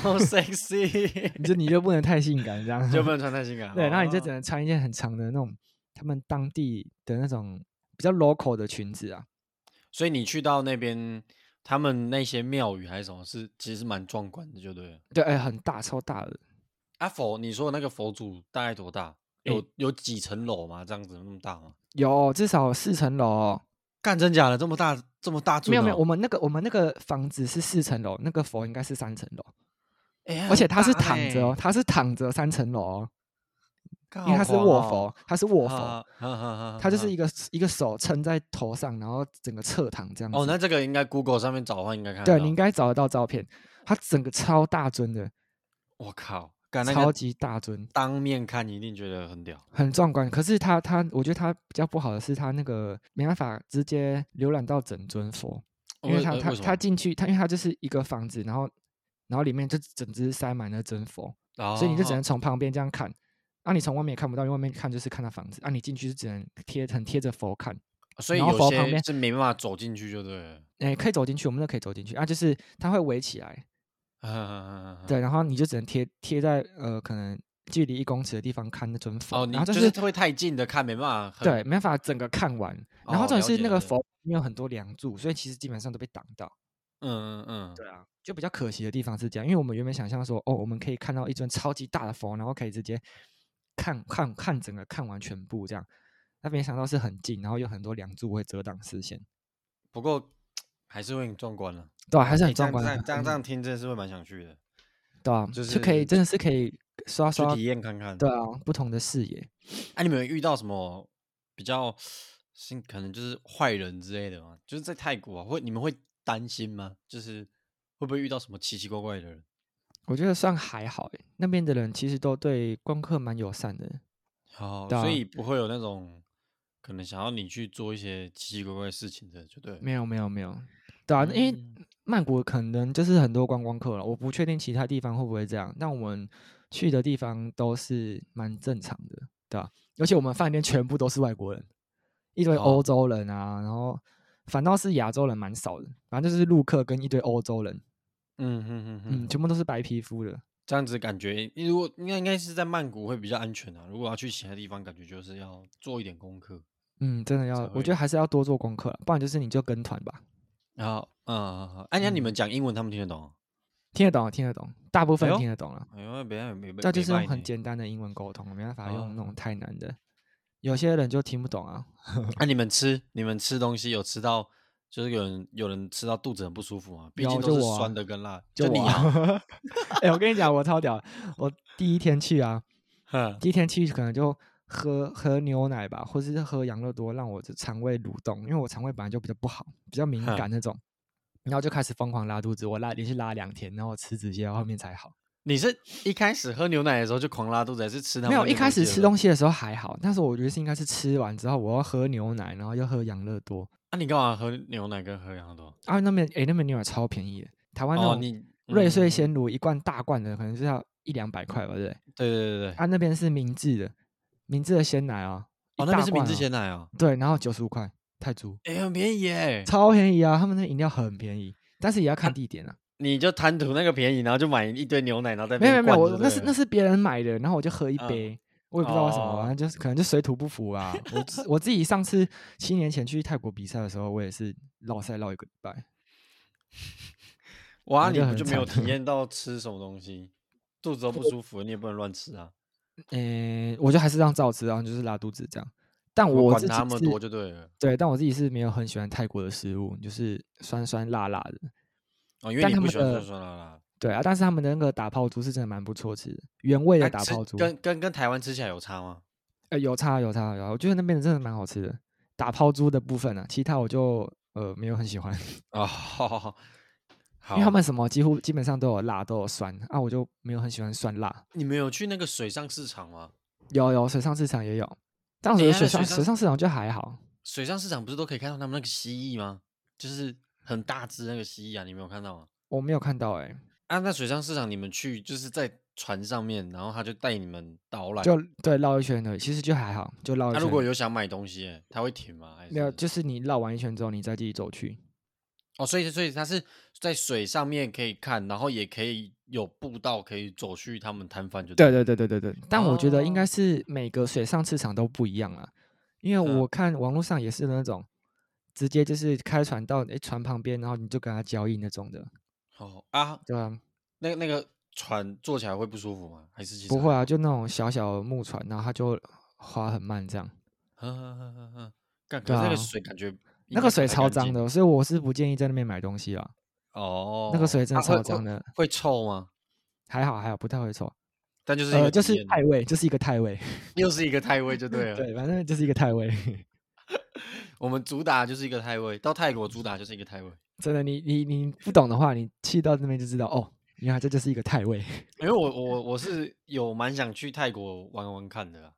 Speaker 1: sexy，，
Speaker 2: 你就你就不能太性感这样
Speaker 1: 嗯就不能穿太性感。
Speaker 2: 对，然后你就只
Speaker 1: 哦
Speaker 2: 能穿一件很长的那种他们当地的那种比较 local 的裙子啊。
Speaker 1: 所以你去到那边，他们那些庙宇还是什么，是其实蛮壮观的，就对了。
Speaker 2: 对，哎、很大，超大的，
Speaker 1: 啊佛，你说的那个佛祖大概多大？有、有几层楼吗？这样子那么大吗？
Speaker 2: 有至少四层楼哦、
Speaker 1: 干真假的这么大这么大、哦
Speaker 2: 没有没有，我们那个我们那个房子是四层楼，那个佛应该是三层楼，
Speaker 1: 哎
Speaker 2: 而且它是躺
Speaker 1: 欸
Speaker 2: 着哦，，它是躺着三层楼哦，
Speaker 1: 哦
Speaker 2: 因为它是卧佛，它是卧
Speaker 1: 啊
Speaker 2: 佛，
Speaker 1: 佛
Speaker 2: 它就是一个一个手撑在头上，然后整个侧躺这样子。
Speaker 1: 哦，那这个应该 Google 上面找的话应该看得
Speaker 2: 对
Speaker 1: 到
Speaker 2: 你应该找得到照片，它整个超大尊的，
Speaker 1: 我靠，干啊那
Speaker 2: 超
Speaker 1: 个
Speaker 2: 级大尊，
Speaker 1: 当面看一定觉得很屌
Speaker 2: 很壮观。可是它它，我觉得它比较不好的是，它那个没办法直接浏览到整尊佛，
Speaker 1: 哦，
Speaker 2: 因为
Speaker 1: 它
Speaker 2: 它它它
Speaker 1: 它
Speaker 2: 进去，它因为它就是一个房子，然后然后里面就整只塞满了真佛，
Speaker 1: 哦
Speaker 2: 所以你就只能从旁边这样看。啊，你从外面也看不到，因为外面看就是看到房子，啊，你进去就只能贴很贴着佛看。
Speaker 1: 所以
Speaker 2: 然后
Speaker 1: 有
Speaker 2: 佛旁
Speaker 1: 些
Speaker 2: 边
Speaker 1: 是没办法走进去，就对了。
Speaker 2: 哎、可以走进去，我们那可以走进去啊，就是它会围起来，对，
Speaker 1: 对，
Speaker 2: 然后你就只能贴贴在呃可能距离一公尺的地方看那尊佛，
Speaker 1: 哦，
Speaker 2: 然
Speaker 1: 你
Speaker 2: 后
Speaker 1: 就
Speaker 2: 但
Speaker 1: 是会太近的看，没办法。
Speaker 2: 对，，没办法整个看完。然后
Speaker 1: 哦
Speaker 2: 重点
Speaker 1: 了
Speaker 2: 是
Speaker 1: 解
Speaker 2: 那
Speaker 1: 了
Speaker 2: 个
Speaker 1: 解
Speaker 2: 佛里面有很多梁柱，所以其实基本上都被挡到。
Speaker 1: 嗯嗯嗯，
Speaker 2: 对啊，就比较可惜的地方是这样，因为我们原本想象说，哦，我们可以看到一尊超级大的佛，然后可以直接看看看整个看完全部这样。但没想到是很近，然后有很多梁柱会遮挡视线，
Speaker 1: 不过还是会很壮观了。
Speaker 2: 对啊，还是
Speaker 1: 哎
Speaker 2: 很
Speaker 1: 这
Speaker 2: 壮
Speaker 1: 样
Speaker 2: 观
Speaker 1: 这
Speaker 2: 的，
Speaker 1: 样这样
Speaker 2: 很
Speaker 1: 这样听，真的是会蛮想去的，
Speaker 2: 对啊，
Speaker 1: 就
Speaker 2: 可以
Speaker 1: 是
Speaker 2: 真的是可以刷
Speaker 1: 去
Speaker 2: 刷
Speaker 1: 体验看看。
Speaker 2: 对啊不同的视野。
Speaker 1: 哎，你们有遇到什么比较是可能就是坏人之类的吗？就是在泰国啊，会你们会担心吗？就是会不会遇到什么奇奇怪怪的人？
Speaker 2: 我觉得算还好欸，那边的人其实都对观光客蛮友善的，
Speaker 1: 哦，
Speaker 2: 对
Speaker 1: 所
Speaker 2: 啊
Speaker 1: 以不会有那种可能想要你去做一些奇奇怪怪的事情的，就对了。
Speaker 2: 没有没有没有，对啊，因为
Speaker 1: 嗯
Speaker 2: 曼谷可能就是很多观光客了，我不确定其他地方会不会这样，但我们去的地方都是蛮正常的，对啊，而且我们饭店全部都是外国人，一堆
Speaker 1: 哦
Speaker 2: 欧洲人啊，然后反倒是亚洲人蛮少的，反正就是陆客跟一堆欧洲人，
Speaker 1: 嗯哼哼哼
Speaker 2: 嗯，全部都是白皮肤的，
Speaker 1: 这样子感觉，如果应该应该是在曼谷会比较安全啊。如果要去其他地方，感觉就是要做一点功课。
Speaker 2: 嗯，真的要，我
Speaker 1: 会
Speaker 2: 觉得还是要多做功课啊啦，不然就是你就跟团吧，
Speaker 1: 然
Speaker 2: 哦
Speaker 1: 后，嗯，哎、那你们讲英文，他们听得懂啊？
Speaker 2: 听得懂听得懂，大部分
Speaker 1: 哎呦
Speaker 2: 听得懂了。
Speaker 1: 因为别人没
Speaker 2: 对啊，就是用很
Speaker 1: 简。
Speaker 2: 简单的英文沟通，没办法用那
Speaker 1: 哦
Speaker 2: 种太难的。有些人就听不懂啊，
Speaker 1: 那、你们吃，你们吃东西有吃到，就是有人有人吃到肚子很不舒服吗？毕
Speaker 2: 有
Speaker 1: 竟
Speaker 2: 就
Speaker 1: 都是
Speaker 2: 我啊
Speaker 1: 酸的跟辣，
Speaker 2: 我
Speaker 1: 你
Speaker 2: 啊
Speaker 1: 啊，。
Speaker 2: <laughs> 哎、我跟你讲，我超屌！我第一天去啊，
Speaker 1: 哼
Speaker 2: 第一天去可能就喝喝牛奶吧，或者是喝养乐多，让我这肠胃蠕动，因为我肠胃本来就比较不好，比较敏
Speaker 1: 哼
Speaker 2: 感那种。然后就开始疯狂拉肚子，我拉连续拉两天，然后吃止泻药，后面才好。
Speaker 1: <laughs> 你是一开始喝牛奶的时候就狂拉肚子，还是吃它？
Speaker 2: 没有，一开始吃东
Speaker 1: 西，
Speaker 2: 西的时候还好，但是我觉得是应该是吃完之后，我要喝牛奶，然后又喝养乐多。
Speaker 1: 那、啊你干嘛喝牛奶跟喝羊多？
Speaker 2: 啊，那边哎、那边牛奶超便宜的，台湾那
Speaker 1: 哦，
Speaker 2: 种
Speaker 1: 你
Speaker 2: 瑞穗
Speaker 1: 嗯
Speaker 2: 鲜乳一罐大罐的，可能就要一两百块吧，对不对？
Speaker 1: 对对对对，
Speaker 2: 啊，那边是明治的，明治的鲜奶啊、一
Speaker 1: 哦，那
Speaker 2: 大
Speaker 1: 边是明
Speaker 2: 罐
Speaker 1: 治
Speaker 2: 啊
Speaker 1: 鲜奶哦，
Speaker 2: 对，然后九十五块泰铢，
Speaker 1: 哎、很便宜耶，
Speaker 2: 超便宜啊！他们那饮料很便宜，但是也要看地点啊。
Speaker 1: 你就贪图那个便宜，然后就买一堆牛奶，然后再
Speaker 2: 没有没有没有，我那是那是别人买的，然后我就喝一
Speaker 1: 嗯
Speaker 2: 杯，我也不知道为什
Speaker 1: 哦
Speaker 2: 么，反正就是可能就水土不服啊。我自我自己上次七年前去泰国比赛的时候，我也是绕赛绕一个礼拜。
Speaker 1: 哇，
Speaker 2: 那
Speaker 1: 你
Speaker 2: 就
Speaker 1: 不
Speaker 2: 很
Speaker 1: 就没有
Speaker 2: 惨
Speaker 1: 体
Speaker 2: <laughs>
Speaker 1: 验到吃什么东西，肚子都不舒服，你也不能乱吃啊，
Speaker 2: 诶、我就还是让照吃，然后就是拉肚子这样。但
Speaker 1: 我
Speaker 2: 我
Speaker 1: 管
Speaker 2: 自己
Speaker 1: 他们
Speaker 2: 是
Speaker 1: 多就对了
Speaker 2: 对，但我自己是没有很喜欢泰国的食物，就是酸酸辣辣的。
Speaker 1: 哦，因为
Speaker 2: 但
Speaker 1: 你
Speaker 2: 他
Speaker 1: 不
Speaker 2: 们
Speaker 1: 喜欢
Speaker 2: 的
Speaker 1: 酸酸辣辣。
Speaker 2: 对啊，但是他们的那个打泡猪是真的蛮不错吃的，原味的
Speaker 1: 那
Speaker 2: 打
Speaker 1: 啊吃
Speaker 2: 泡猪，
Speaker 1: 跟跟跟台湾吃起来有差吗？ <laughs>
Speaker 2: 呃，有差有差有差，我觉得那边的真的蛮好吃的。打泡猪的部分啊，其他我就呃没有很喜欢， <laughs>
Speaker 1: 哦， <laughs> 好好好，好
Speaker 2: 因为他们什么几乎基本上都有辣都有酸啊，我就没有很喜欢酸辣。
Speaker 1: 你们有去那个水上市场吗？
Speaker 2: 有有水上市场也有，但我
Speaker 1: 诶
Speaker 2: 觉
Speaker 1: 它
Speaker 2: 得水
Speaker 1: 的水
Speaker 2: 上
Speaker 1: 上
Speaker 2: 水上市场就还好，
Speaker 1: 水上市场不是都可以看到他们那个蜥蜴吗？就是很大只那个蜥蜴啊，你没有看到吗？
Speaker 2: 我没有看到哎、
Speaker 1: 啊，那水上市场你们去就是在船上面，然后他就带你们导览。
Speaker 2: 就对绕一圈而已，其实就还好，就绕一
Speaker 1: 他、啊
Speaker 2: 圈。
Speaker 1: 如果有想买东西、欸，他会停吗？还是
Speaker 2: 没有，就是你绕完一圈之后，你再继续走去。
Speaker 1: 哦，所以所以他是在水上面可以看，然后也可以有步道可以走去他们摊贩，就
Speaker 2: 对
Speaker 1: 了
Speaker 2: 对对对对对，但我觉得应
Speaker 1: 哦
Speaker 2: 该是每个水上市场都不一样啊，因为
Speaker 1: 嗯
Speaker 2: 我看网络上也是那种直接就是开船到诶船旁边，然后你就跟他交易那种的，
Speaker 1: 哦啊，
Speaker 2: 对啊，
Speaker 1: 那那个船坐起来会不舒服吗？还是其实
Speaker 2: 不会
Speaker 1: 还
Speaker 2: 啊，就那种小小的木船，然后他就划很慢这样，
Speaker 1: <laughs> 好？呵呵呵呵呵干，可
Speaker 2: 对
Speaker 1: 是那个
Speaker 2: 啊
Speaker 1: 水感觉应
Speaker 2: 那
Speaker 1: 该
Speaker 2: 个
Speaker 1: 不
Speaker 2: 水
Speaker 1: 太
Speaker 2: 超
Speaker 1: 干
Speaker 2: 脏
Speaker 1: 净
Speaker 2: 的，所以我是不建议在那边买东西啦。
Speaker 1: 哦，
Speaker 2: 那个水真的
Speaker 1: 啊会
Speaker 2: 超脏的，
Speaker 1: 会会臭吗？
Speaker 2: 还好还好，不太会臭，
Speaker 1: 但就是一
Speaker 2: 呃，
Speaker 1: 个
Speaker 2: 就
Speaker 1: 体
Speaker 2: 是
Speaker 1: 验
Speaker 2: 太位，就是一个太位，
Speaker 1: 又是一个泰味就对啊了。
Speaker 2: 对，反正就是一个太位。
Speaker 1: 我们主打就是一个泰味，到泰国主打就是一个泰味。
Speaker 2: <laughs> 真的，你你你不懂的话，你去到那边就知道哦，原来这就是一个太位。
Speaker 1: 因为我我我是有蛮想去泰国玩玩看的啦，啊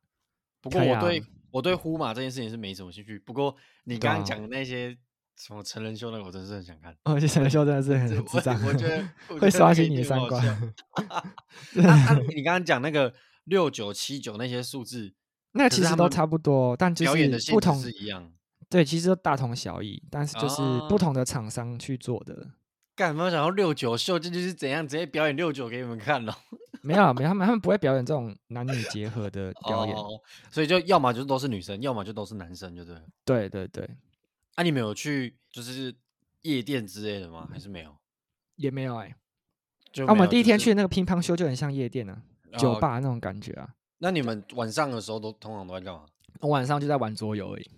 Speaker 1: 不过
Speaker 2: 可以
Speaker 1: 我
Speaker 2: 啊
Speaker 1: 对、我对呼马这件事情是没什么兴趣。不过你
Speaker 2: 对
Speaker 1: 刚刚
Speaker 2: 啊
Speaker 1: 讲的那些什么成人秀那个，我真是很想看。
Speaker 2: 哦，这陈秀真的是
Speaker 1: 这
Speaker 2: 很
Speaker 1: 我
Speaker 2: 智障，
Speaker 1: 我觉得我觉
Speaker 2: 会
Speaker 1: 得那
Speaker 2: 刷
Speaker 1: 个
Speaker 2: 新
Speaker 1: 一
Speaker 2: 你的
Speaker 1: 定很
Speaker 2: 三
Speaker 1: 好
Speaker 2: 观
Speaker 1: 笑。啊啊你刚刚讲那个六九七九那些数字，
Speaker 2: <laughs> 那
Speaker 1: 可
Speaker 2: 其
Speaker 1: 是
Speaker 2: 实
Speaker 1: 他
Speaker 2: 都
Speaker 1: 们
Speaker 2: 差不多，但就
Speaker 1: 表演的
Speaker 2: 是
Speaker 1: 性
Speaker 2: 不
Speaker 1: 质
Speaker 2: 同
Speaker 1: 是一样。
Speaker 2: 对，其实都大同小异，但是就是
Speaker 1: 啊
Speaker 2: 不同的厂商去做的。
Speaker 1: 干嘛想要六九秀，这就是怎样直接表演六九给你们看哦咯。
Speaker 2: 没有啊，没有，他们他们不会表演这种男女结合
Speaker 1: <laughs>
Speaker 2: 的表演。
Speaker 1: 哦，所以就要么就都是女生，要么就都是男生，就对了。
Speaker 2: 对对对，
Speaker 1: 啊，你们有去就是夜店之类的吗？还是没有？
Speaker 2: 也没有哎、
Speaker 1: 就
Speaker 2: 啊我
Speaker 1: 没
Speaker 2: 们
Speaker 1: 有
Speaker 2: 第一
Speaker 1: 就
Speaker 2: 天
Speaker 1: 是
Speaker 2: 去那个乒乓球就很像夜店啊，酒。
Speaker 1: 哦
Speaker 2: 吧那种感觉啊。
Speaker 1: 那你们晚上的时候都通常都在干嘛？
Speaker 2: 我晚上就在玩桌游而已，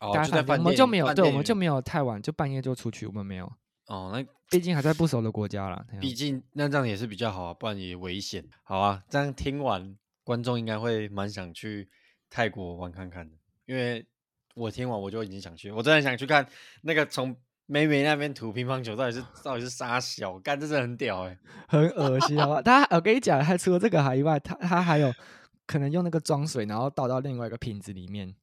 Speaker 1: 哦
Speaker 2: 大，
Speaker 1: 就
Speaker 2: 家
Speaker 1: 在
Speaker 2: 反正
Speaker 1: 饭店里，
Speaker 2: 我们就没有，
Speaker 1: 饭
Speaker 2: 对，我
Speaker 1: 店
Speaker 2: 们
Speaker 1: 里
Speaker 2: 就
Speaker 1: 面
Speaker 2: 没有太晚，就半夜就出去，我们没有。
Speaker 1: 哦，那
Speaker 2: 毕竟还在不熟的国家啦。对啊
Speaker 1: 毕竟那这样也是比较好啊，不然也危险。好啊，这样听完，观众应该会蛮想去泰国玩看看的，因为我听完我就已经想去，我真的很想去看那个从美美那边吐乒乓球到底是到底是啥小，干这真的很屌哎、
Speaker 2: 很恶心，好吧？ <laughs> 他呃我跟你讲，他除了这个还以外，他他还有可能用那个装水，然后倒到另外一个瓶子里面，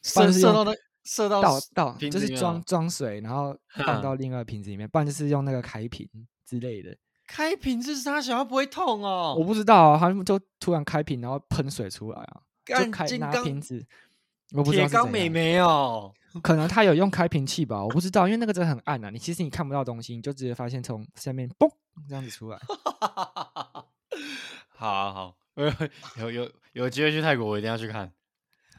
Speaker 2: 不
Speaker 1: 射
Speaker 2: 然是
Speaker 1: 射
Speaker 2: 用
Speaker 1: 到那射到
Speaker 2: 倒
Speaker 1: 是
Speaker 2: 倒
Speaker 1: 瓶
Speaker 2: 就
Speaker 1: 子
Speaker 2: 是
Speaker 1: 里面
Speaker 2: 装
Speaker 1: 吗
Speaker 2: 装水，然后放
Speaker 1: 哈
Speaker 2: 到另外一个瓶子里面，不然就是用那个开瓶之类的。
Speaker 1: 开瓶是啥小，它不会痛哦。
Speaker 2: 我不知道、啊，他们就突然开瓶，然后喷水出来啊，就
Speaker 1: 干
Speaker 2: 开
Speaker 1: 金
Speaker 2: 拿
Speaker 1: 刚
Speaker 2: 瓶子。我不知
Speaker 1: 铁
Speaker 2: 道是怎
Speaker 1: 钢美
Speaker 2: 样，
Speaker 1: 眉哦， <laughs>
Speaker 2: 可能他有用开瓶器吧，我不知道，因为那个真的很暗啊，你其实你看不到东西，你就直接发现从下面嘣这样子
Speaker 1: <laughs>
Speaker 2: 出来。
Speaker 1: 好啊好，有有有有机会去泰国，我一定要去看。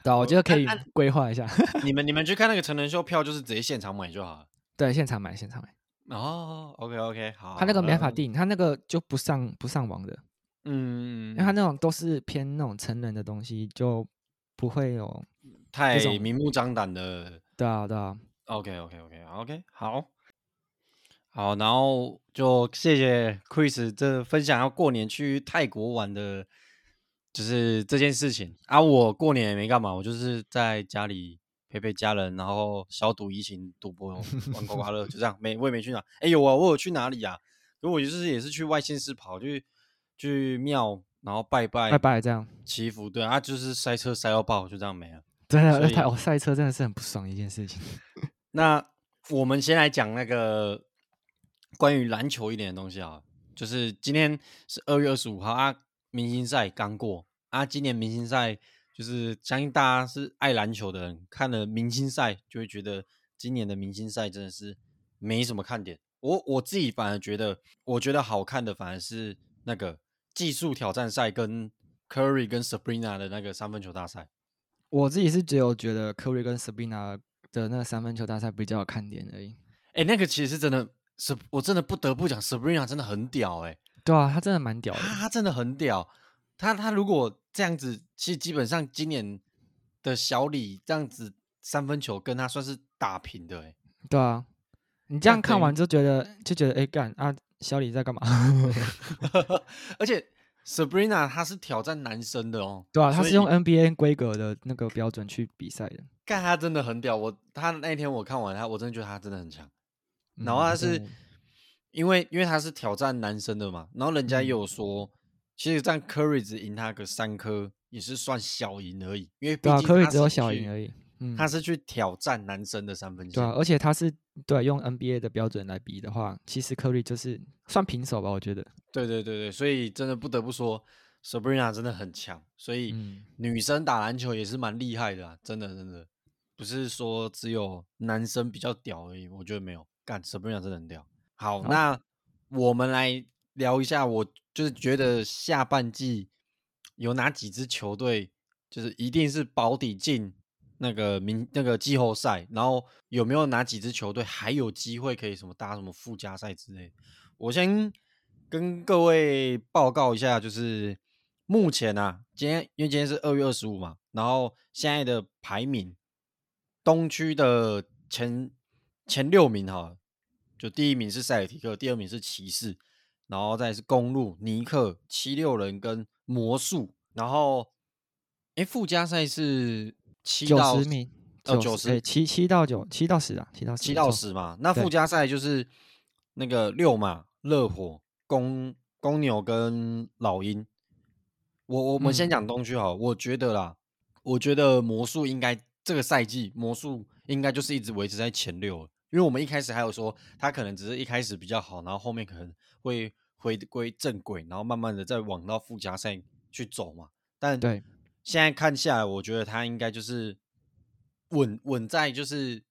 Speaker 2: 对啊，我觉得可
Speaker 1: 按
Speaker 2: 以
Speaker 1: 按
Speaker 2: 规划一下， <laughs>
Speaker 1: 你们你们去看那个成人秀票，就是直接现场买就好了。
Speaker 2: 对，现场买，现场买。
Speaker 1: 哦，OK OK，好，
Speaker 2: 他那个没办法
Speaker 1: 定，
Speaker 2: 定，他那个就不上不上网的，
Speaker 1: 嗯，
Speaker 2: 因为他那种都是偏那种成人的东西，就不会有。
Speaker 1: 太
Speaker 2: 种
Speaker 1: 明目张胆的。
Speaker 2: 对啊，对啊，
Speaker 1: OK OK OK OK，好，好，然后就谢谢 Chris 这分享要过年去泰国玩的，就是这件事情啊。我过年也没干嘛，我就是在家里陪陪家人，然后小赌怡情，赌博玩刮刮乐，就这样。没我也没去哪，哎、有啊，我有去哪里啊？如果就是也是去外县市跑，去去庙，然后拜拜
Speaker 2: 拜拜，这样
Speaker 1: 祈福，对啊，就是塞车塞到爆，就这样没了。
Speaker 2: 真
Speaker 1: 所
Speaker 2: 的
Speaker 1: 以
Speaker 2: 太哦，赛车真的是很不爽的一件事情。 <laughs>
Speaker 1: 那我们先来讲那个关于篮球一点的东西啊，就是今天是二月二十五号啊，明星赛刚过啊，今年明星赛就是相信大家是爱篮球的人，看了明星赛就会觉得今年的明星赛真的是没什么看点。我我自己反而觉得，我觉得好看的反而是那个技术挑战赛跟 Curry 跟 Sabrina 的那个三分球大赛。
Speaker 2: 我自己是只有觉得科瑞跟 Sabina 的那三分球大赛比较有看点而已。
Speaker 1: 哎、那个其实真的是，我真的不得不讲，Sabrina 真的很屌哎、
Speaker 2: 对啊，他真的蛮屌的。
Speaker 1: 他他真的很屌，他他如果这样子，其实基本上今年的小李这样子三分球跟他算是打平的哎、
Speaker 2: 对啊，你这样
Speaker 1: 那
Speaker 2: 看
Speaker 1: 等
Speaker 2: 完
Speaker 1: 于
Speaker 2: 就觉得就觉得哎干啊，小李在干嘛？
Speaker 1: <laughs>
Speaker 2: <laughs>
Speaker 1: 而且 Sabrina 她是挑战男生的哦，
Speaker 2: 对啊，他
Speaker 1: 所
Speaker 2: 是
Speaker 1: 以
Speaker 2: 用 NBA 规格的那个标准去比赛的。
Speaker 1: 干他真的很屌，我他那一天我看完他，我真的觉得他真的很强。然后
Speaker 2: 嗯
Speaker 1: 他
Speaker 2: 真
Speaker 1: 是
Speaker 2: 的
Speaker 1: 因为因为他是挑战男生的嘛，然后人家也
Speaker 2: 嗯
Speaker 1: 有说，其实这样 Curry 只赢他个三颗也是算小赢而已，因为毕
Speaker 2: 对啊，
Speaker 1: 竟
Speaker 2: 科瑞
Speaker 1: 他
Speaker 2: 只有
Speaker 1: 是
Speaker 2: 小
Speaker 1: 去
Speaker 2: 赢而已。嗯
Speaker 1: 他是去挑战男生的三分线。
Speaker 2: 对啊，而且他是对用 NBA 的标准来比的话，其实科里就是算平手吧，我觉得。
Speaker 1: 对对对对，所以真的不得不说，Sabrina 真的很强，所以
Speaker 2: 嗯
Speaker 1: 女生打篮球也是蛮厉害的啊，真的真的，不是说只有男生比较屌而已，我觉得没有，干 Sabrina 真的很屌。好，那我们来聊一下，我就是觉得下半季有哪几支球队，就是一定是保底进那个明那个季后赛，然后有没有哪几支球队还有机会可以什么打什么附加赛之类的我先跟各位报告一下，就是目前啊，今天因为今天是二月二十五嘛，然后现在的排名，东区的前前六名哈，就第一名是塞尔提克，第二名是骑士，然后再是公路、尼克、七六人跟魔术，然后哎附加赛是七
Speaker 2: 九
Speaker 1: 到
Speaker 2: 十名，
Speaker 1: 哦
Speaker 2: 九
Speaker 1: 90
Speaker 2: 对七七到九，七到十啊，七到十，
Speaker 1: 七
Speaker 2: 没
Speaker 1: 到
Speaker 2: 错，
Speaker 1: 十嘛。那
Speaker 2: 对
Speaker 1: 附加赛就是那个六马、热火、公公牛跟老鹰。我我们先
Speaker 2: 嗯
Speaker 1: 讲东区好了，我觉得啦，我觉得魔术应该这个赛季魔术应该就是一直维持在前六了，因为我们一开始还有说他可能只是一开始比较好，然后后面可能会回归正轨，然后慢慢的再往到附加赛去走嘛。但
Speaker 2: 对
Speaker 1: 现在看下来，我觉得他应该就是稳稳在就是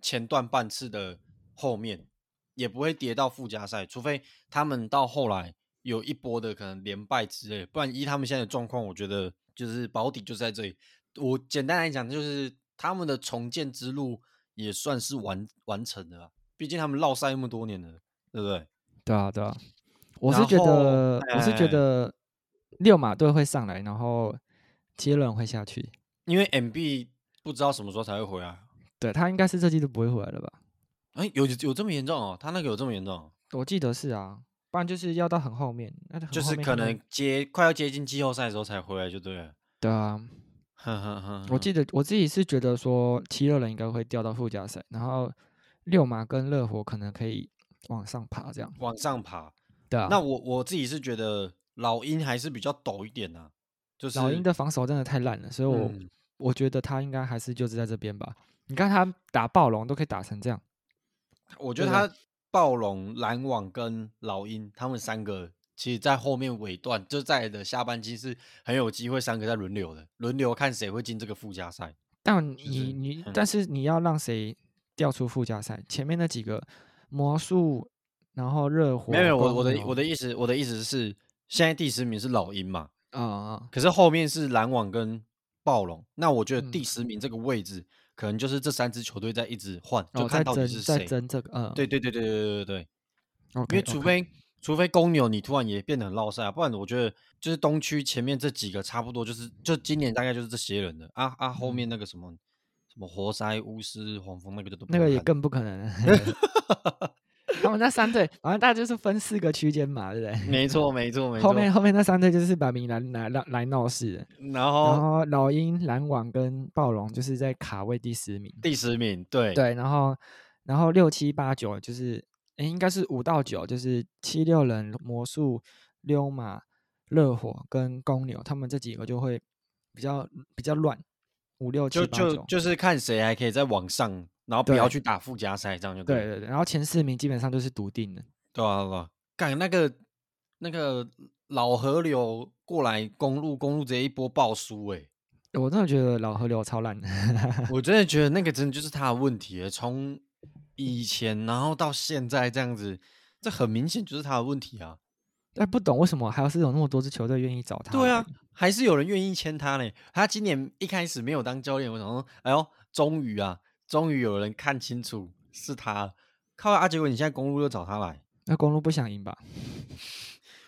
Speaker 1: 前段半次的后面，也不会跌到附加赛，除非他们到后来有一波的可能连败之类的，不然依他们现在的状况，我觉得就是保底就在这里。我简单来讲，就是他们的重建之路也算是完完成了啊，毕竟他们绕赛那么多年了，对不对？
Speaker 2: 对啊对啊。我是
Speaker 1: 然
Speaker 2: 觉
Speaker 1: 后
Speaker 2: 得，我是觉
Speaker 1: 哎
Speaker 2: 得六马队会上来，然后七六人会下去。
Speaker 1: 因为 M B 不知道什么时候才会回来，
Speaker 2: 对他应该是这季都不会回来了吧？
Speaker 1: 哎，有有这么严重哦？他那个有这么严重哦、
Speaker 2: 我记得是啊，不然就是要到很后面，那很
Speaker 1: 就
Speaker 2: 后
Speaker 1: 是
Speaker 2: 面
Speaker 1: 可
Speaker 2: 能
Speaker 1: 能接快要接近季后赛的时候才回来，就对了。
Speaker 2: 对啊。
Speaker 1: 哼哼哼，
Speaker 2: 我记
Speaker 1: 得
Speaker 2: 得我自己是觉得说七六人应该会掉到附加赛，然后六马跟热火可能可以往上爬这样。
Speaker 1: 往上爬。
Speaker 2: 对啊，
Speaker 1: 那我我自己是觉得老鹰还是比较陡一点啊，就是
Speaker 2: 老鹰的防守真的太烂了，所以我、
Speaker 1: 嗯
Speaker 2: 我觉得他应该还是就是在这边吧。你看他打暴龙都可以打成这样，
Speaker 1: 我觉得
Speaker 2: 对
Speaker 1: 他暴龙、篮网跟老鹰他们三个，其实在后面尾段，就在的下半季是很有机会三个在轮流的，轮流看谁会进这个附加赛。
Speaker 2: 但
Speaker 1: 是
Speaker 2: 你你、
Speaker 1: 嗯
Speaker 2: 但是你要让谁掉出附加赛？前面那几个魔术，然后热火，
Speaker 1: 没有没有，我我的
Speaker 2: 公
Speaker 1: 我的
Speaker 2: 牛
Speaker 1: 意思，我的意思是，现在第十名是老鹰嘛，
Speaker 2: 啊啊、
Speaker 1: 可是后面是篮网跟暴龙，那我觉得第
Speaker 2: 嗯
Speaker 1: 十名这个位置，可能就是这三支球队在一直换，
Speaker 2: 哦
Speaker 1: 就
Speaker 2: 在
Speaker 1: 看到底
Speaker 2: 争
Speaker 1: 是
Speaker 2: 在
Speaker 1: 谁。
Speaker 2: 争这个，嗯，
Speaker 1: 对对对对对对对对，
Speaker 2: ，OK，
Speaker 1: 因为除非除非公牛你突然也变得很落赛啊，不然我觉得就是东区前面这几个差不多就是就今年大概就是这些人了啊啊，后
Speaker 2: 嗯
Speaker 1: 面那个什么、什么活塞、巫师、黄蜂那个就都不
Speaker 2: 那
Speaker 1: 用
Speaker 2: 个也
Speaker 1: 看
Speaker 2: 更不可能
Speaker 1: <laughs>
Speaker 2: <laughs> 了。他们那三队，反正大家就是分四个区间嘛，对不对？
Speaker 1: <laughs> 没错没错没错，
Speaker 2: 后面后面那三队就是把名来来来来闹事的，
Speaker 1: 然
Speaker 2: 然
Speaker 1: 后
Speaker 2: 后老鹰、篮网跟暴龙就是在卡位第十名，
Speaker 1: 第十名对
Speaker 2: 对，然后然后六七八九就是，诶应该是五到九，就是七六人、魔术、溜马、热火跟公牛，他们这几个就会比较比较乱，五六
Speaker 1: 就
Speaker 2: 七八
Speaker 1: 就
Speaker 2: 九，
Speaker 1: 就是看谁还可以再往上，然后不
Speaker 2: 对
Speaker 1: 要去打附加赛，这样就
Speaker 2: 对
Speaker 1: 了
Speaker 2: 对对，然后前四名基本上就是笃定的，
Speaker 1: 对啊对啊，干那个那个老河流过来公路公路直接一波爆输哎、
Speaker 2: 我真的觉得老河流超烂的， <laughs>
Speaker 1: 我真的觉得那个真的就是他的问题了，从以前然后到现在这样子，这很明显就是他的问题啊。
Speaker 2: 但哎不懂为什么还有是有那么多支球队愿意找他。
Speaker 1: 对啊，，还是有人愿意签他呢。他今年一开始没有当教练，我想说，哎呦，终于啊，终于有人看清楚是他了。靠啊！结果你现在公路又找他来，
Speaker 2: 那公路不想赢吧？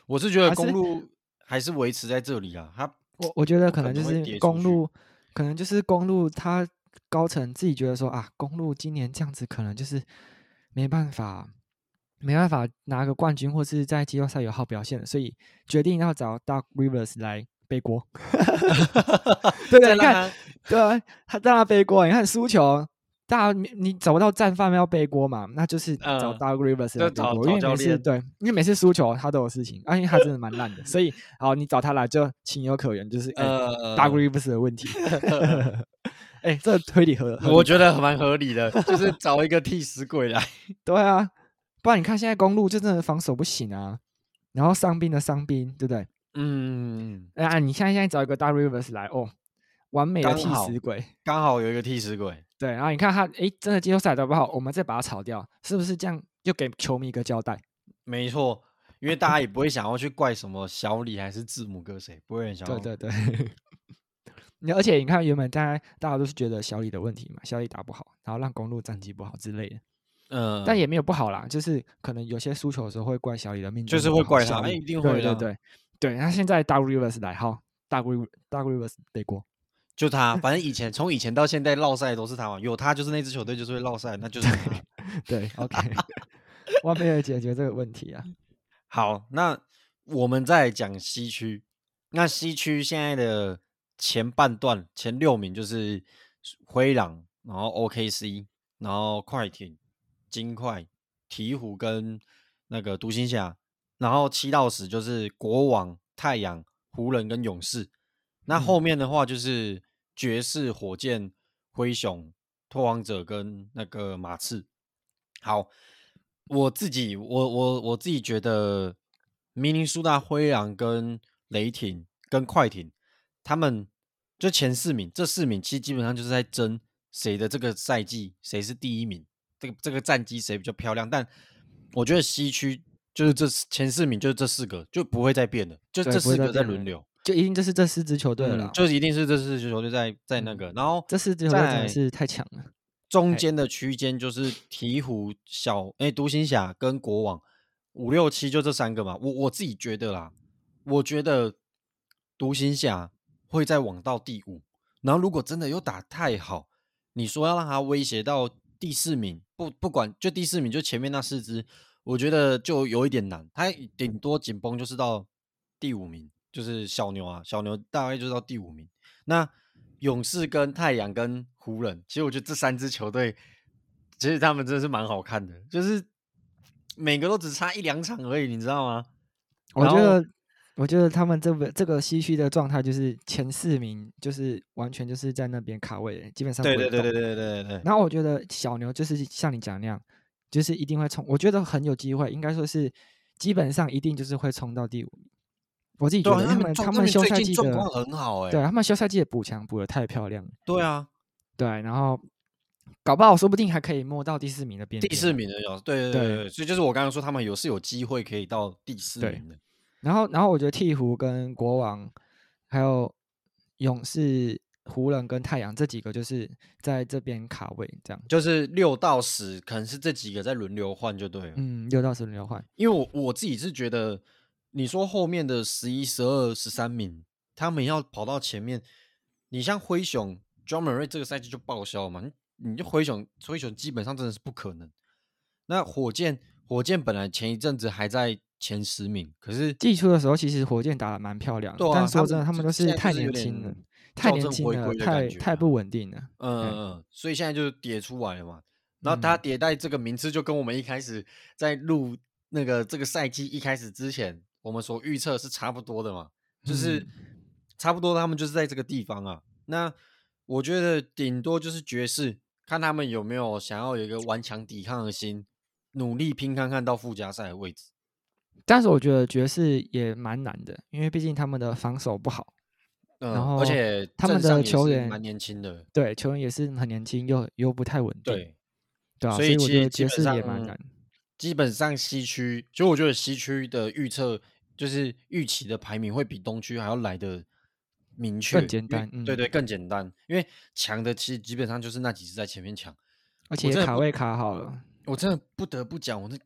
Speaker 1: 我是觉得
Speaker 2: 还
Speaker 1: 公
Speaker 2: 是
Speaker 1: 路还是维持在这里啊。他
Speaker 2: 我我觉得可
Speaker 1: 可
Speaker 2: 能就
Speaker 1: 能会
Speaker 2: 是
Speaker 1: 跌出
Speaker 2: 公
Speaker 1: 去
Speaker 2: 路，可能就是公路他高层自己觉得说啊，公路今年这样子可能就是没办法，没办法拿个冠军或是在季后赛有好表现了，所以决定要找 Doc Rivers 来背锅。 <laughs> 对
Speaker 1: 再让
Speaker 2: 啊对，你看
Speaker 1: 他，
Speaker 2: 对啊，他让他背锅，你看输球。大家你找不到战犯要背锅嘛？那就是找
Speaker 1: 嗯
Speaker 2: Doc Rivers
Speaker 1: 就
Speaker 2: 来背
Speaker 1: 找
Speaker 2: 锅，
Speaker 1: 找
Speaker 2: 因为
Speaker 1: 教
Speaker 2: 每次
Speaker 1: 练
Speaker 2: 对，因为每次输球他都有事情，啊，因为他真的蛮烂的，所以好，你找他来就情有可原，就是哎
Speaker 1: 呃 <laughs>
Speaker 2: 大 r i v e 的问题。哎、 <laughs> 哎、这个推理合合理
Speaker 1: 我觉得蛮合理的，就是找一个替死鬼
Speaker 2: <laughs>
Speaker 1: 来。
Speaker 2: 对啊，不然你看现在公路就真的防守不行啊，然后伤兵的伤兵，对不对？
Speaker 1: 嗯，
Speaker 2: 哎啊，你现在现在找一个大 Rivers 来哦，完美的
Speaker 1: 刚
Speaker 2: 替
Speaker 1: 好
Speaker 2: 死鬼。
Speaker 1: 刚好有一个替死鬼，
Speaker 2: 对，然后你看他，哎，真的季后赛打不好，我们再把他炒掉，是不是这样就给球迷一个交代？
Speaker 1: 没错，因为大家也不会想要去怪什么小李还是字母哥谁，不会很想要
Speaker 2: 对。对对。 <laughs> 你而且你看，原本大家大家都是觉得小李的问题嘛，小李打不好，然后让公路战绩不好之类的，
Speaker 1: 嗯，
Speaker 2: 但也没有不好啦，就是可能有些输球的时候会怪小李的命中
Speaker 1: 就是
Speaker 2: 不
Speaker 1: 会
Speaker 2: 好
Speaker 1: 怪
Speaker 2: 小
Speaker 1: 他
Speaker 2: 李
Speaker 1: 一定会
Speaker 2: 对
Speaker 1: 的啊
Speaker 2: 对对对。那现在大 Rivers 来好，大 Riv 大 Rivers 得过，
Speaker 1: 就他，反正以前从以前到现在落赛都是他嘛，有他就是那支球队就是会落赛，那就是他。
Speaker 2: 对，OK，我没有解决这个问题啊。
Speaker 1: 好，那我们再讲西区。那西区现在的前半段前六名就是灰狼，然后 OKC，然后快艇、金块、鹈鹕跟那个独行侠，然后七到十就是国王、太阳、湖人跟勇士。那
Speaker 2: 嗯
Speaker 1: 后面的话就是爵士、火箭、灰熊、拓荒者跟那个马刺。好，我自己我我我自己觉得，明尼苏达灰狼跟雷霆跟快艇，他们就前四名，这四名其实基本上就是在争谁的这个赛季谁是第一名，这个这个战绩谁比较漂亮。但我觉得西区就是这四前四名，就是这四个就不会再变了，就
Speaker 2: 对
Speaker 1: 这
Speaker 2: 不会
Speaker 1: 四
Speaker 2: 再
Speaker 1: 个在
Speaker 2: 变了
Speaker 1: 轮流。
Speaker 2: 就一定这是这四支球队了
Speaker 1: 嗯
Speaker 2: 啦，
Speaker 1: 就是一定是这四支球队在在那
Speaker 2: 嗯
Speaker 1: 个，然后
Speaker 2: 这四支球队真
Speaker 1: 在
Speaker 2: 的是太强了。
Speaker 1: 中间的区间就是鹈鹕、小哎、独行侠跟国王五六七就这三个嘛。我我自己觉得啦，我觉得独行侠会再往到第五，然后如果真的又打太好，你说要让他威胁到第四名，不不管就第四名就前面那四支，我觉得就有一点难，他顶多紧绷就是到第五名，就是小牛啊，小牛大概就是到第五名。那勇士跟太阳跟湖人，其实我觉得这三支球队，其实他们真的是蛮好看的，就是每个都只差一两场而已，你知道吗？
Speaker 2: 我
Speaker 1: 然
Speaker 2: 觉
Speaker 1: 后
Speaker 2: 得，我觉得他们这个这个西区的状态就是前四名就是完全就是在那边卡位的，基本上
Speaker 1: 对
Speaker 2: 不
Speaker 1: 对
Speaker 2: 会
Speaker 1: 对
Speaker 2: 动
Speaker 1: 对对对对对，
Speaker 2: 然后我觉得小牛就是像你讲那样，就是一定会冲，我觉得很有机会，应该说是基本上一定就是会冲到第五名。我自己觉
Speaker 1: 对啊，
Speaker 2: 得
Speaker 1: 他
Speaker 2: 们
Speaker 1: 状他
Speaker 2: 他们
Speaker 1: 们
Speaker 2: 休
Speaker 1: 最
Speaker 2: 赛
Speaker 1: 近
Speaker 2: 季
Speaker 1: 状
Speaker 2: 的
Speaker 1: 况很好哎、
Speaker 2: 对他们休赛季的补强补的太漂亮了，
Speaker 1: 对啊，
Speaker 2: 对，然后搞不好说不定还可以摸到第四名的边
Speaker 1: 第
Speaker 2: 边
Speaker 1: 四
Speaker 2: 啊
Speaker 1: 名的有，对对
Speaker 2: 对
Speaker 1: 对对，所以就是我刚刚说他们有是有机会可以到第四
Speaker 2: 对
Speaker 1: 名的，
Speaker 2: 然后，然后我觉得鹈鹕跟国王，还有勇士、湖人跟太阳这几个，就是在这边卡位这样。
Speaker 1: 就是六到十可能是这几个在轮流换就对了。
Speaker 2: 嗯，六到十轮流换。
Speaker 1: 因为我我自己是觉得，你说后面的十一、十二、十三名，他们要跑到前面，你像灰熊 j o h n m u r r a y 这个赛季就报销了嘛，你你就灰熊灰熊基本上真的是不可能。那火箭火箭本来前一阵子还在前十名，可是
Speaker 2: 季初的时候，其实火箭打得蛮漂亮的，
Speaker 1: 对啊
Speaker 2: 但说
Speaker 1: 他
Speaker 2: 真的，
Speaker 1: 们
Speaker 2: 他们
Speaker 1: 就
Speaker 2: 都
Speaker 1: 现
Speaker 2: 是
Speaker 1: 在就
Speaker 2: 太
Speaker 1: 是有
Speaker 2: 年轻
Speaker 1: 点
Speaker 2: 了，太
Speaker 1: 校
Speaker 2: 年
Speaker 1: 正
Speaker 2: 轻
Speaker 1: 回
Speaker 2: 了，
Speaker 1: 归的
Speaker 2: 太
Speaker 1: 感觉
Speaker 2: 太
Speaker 1: 啊
Speaker 2: 不稳定了。
Speaker 1: 嗯嗯，嗯，所以现在就跌出来了嘛。然后它
Speaker 2: 嗯
Speaker 1: 迭代这个名次，就跟我们一开始在录那个这个赛季一开始之前，我们所预测是差不多的嘛，就是
Speaker 2: 嗯
Speaker 1: 差不多，他们就是在这个地方啊。那我觉得顶多就是爵士，看他们有没有想要有一个顽强抵抗的心，努力拼看看到附加赛的位置。
Speaker 2: 但是我觉得爵士也蛮难的，因为毕竟他们的防守不好，
Speaker 1: 嗯，
Speaker 2: 后
Speaker 1: 而且
Speaker 2: 他们
Speaker 1: 阵上
Speaker 2: 的
Speaker 1: 也
Speaker 2: 球
Speaker 1: 是
Speaker 2: 员
Speaker 1: 蛮年轻的，
Speaker 2: 对球员也是很年轻，又又不太稳定，
Speaker 1: 对，
Speaker 2: 对啊，
Speaker 1: 所
Speaker 2: 所
Speaker 1: 以其
Speaker 2: 我觉
Speaker 1: 实基本
Speaker 2: 得爵士
Speaker 1: 上
Speaker 2: 也蛮难。
Speaker 1: 基本上西区，其实我觉得西区的预测就是预期的排名会比东区还要来的明确，
Speaker 2: 简
Speaker 1: 因为
Speaker 2: 单
Speaker 1: 对
Speaker 2: 嗯
Speaker 1: 对，更简单。因为强的其实基本上就是那几支在前面抢。
Speaker 2: 而且
Speaker 1: 我真的
Speaker 2: 也卡
Speaker 1: 不
Speaker 2: 位卡好了，
Speaker 1: 我真的不得不讲，我那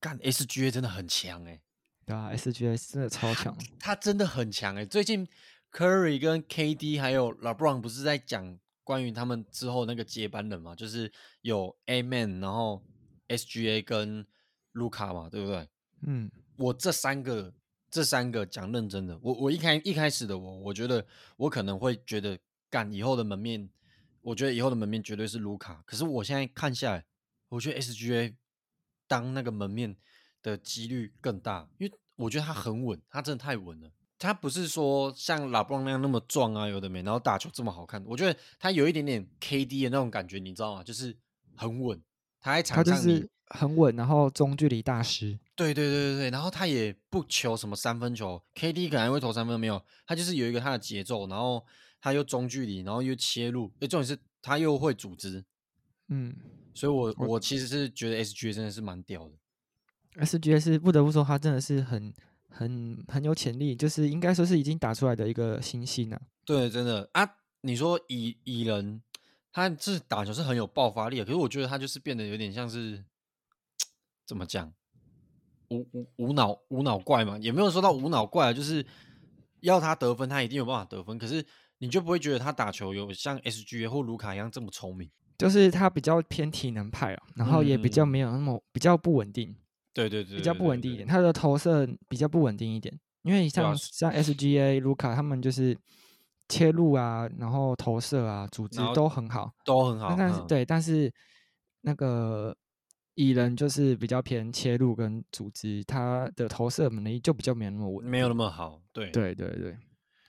Speaker 1: 干 SGA 真的很强哎、
Speaker 2: 对啊，SGS 真的超
Speaker 1: <laughs>
Speaker 2: 强。
Speaker 1: 他真的很强哎、最近 Curry 跟 KD 还有 LeBron 不是在讲关于他们之后那个接班人嘛，就是有 A Man，然后 SGA 跟卢卡嘛，对不对？
Speaker 2: 嗯，
Speaker 1: 我这三个这三个讲认真的，我我一开一开始的我，我觉得我可能会觉得干以后的门面，我觉得以后的门面绝对是卢卡。可是我现在看下来，我觉得 SGA 当那个门面的几率更大，因为我觉得他很稳，他真的太稳了。他不是说像拉布朗那样那么壮啊，有的没，然后打球这么好看，我觉得他有一点点 KD 的那种感觉，你知道吗？就是很稳，他在
Speaker 2: 他
Speaker 1: 场
Speaker 2: 就
Speaker 1: 上你
Speaker 2: 是很稳，然后中距离大师。
Speaker 1: 对对对对对，然后他也不求什么三分球，KD 可能还会投三分没有，他就是有一个他的节奏，然后他又中距离，然后又切入，哎，重点是他又会组织，
Speaker 2: 嗯
Speaker 1: 所以我我其实是觉得 SGA 真的是蛮屌的，
Speaker 2: ，SGA 是不得不说，他真的是很很很有潜力，就是应该说是已经打出来的一个新星啊。
Speaker 1: 对，真的啊，你说蚁蚁人，他是打球是很有爆发力的，可是我觉得他就是变得有点像是怎么讲，无无无脑无脑怪嘛，也没有说到无脑怪啊，就是要他得分，他一定有办法得分，可是你就不会觉得他打球有像 SGA 或卢卡一样这么聪明。
Speaker 2: 就是他比较偏体能派啊，然后也比较
Speaker 1: 嗯
Speaker 2: 没有那么比较不稳定，
Speaker 1: 对对对，
Speaker 2: 比较
Speaker 1: 对
Speaker 2: 不稳定一点，。他的投射比较不稳定一点。因为
Speaker 1: 对啊
Speaker 2: 像像 SGA、卢卡他们就是切入啊，然后投射啊，组织
Speaker 1: 然后
Speaker 2: 都很好。
Speaker 1: 都很
Speaker 2: 那
Speaker 1: 好，
Speaker 2: 但是
Speaker 1: 嗯，
Speaker 2: 对，但是那个蚁人就是比较偏切入跟组织，他的投射能力就比较没有那么稳。
Speaker 1: 嗯没有那么好，对，
Speaker 2: 对对对，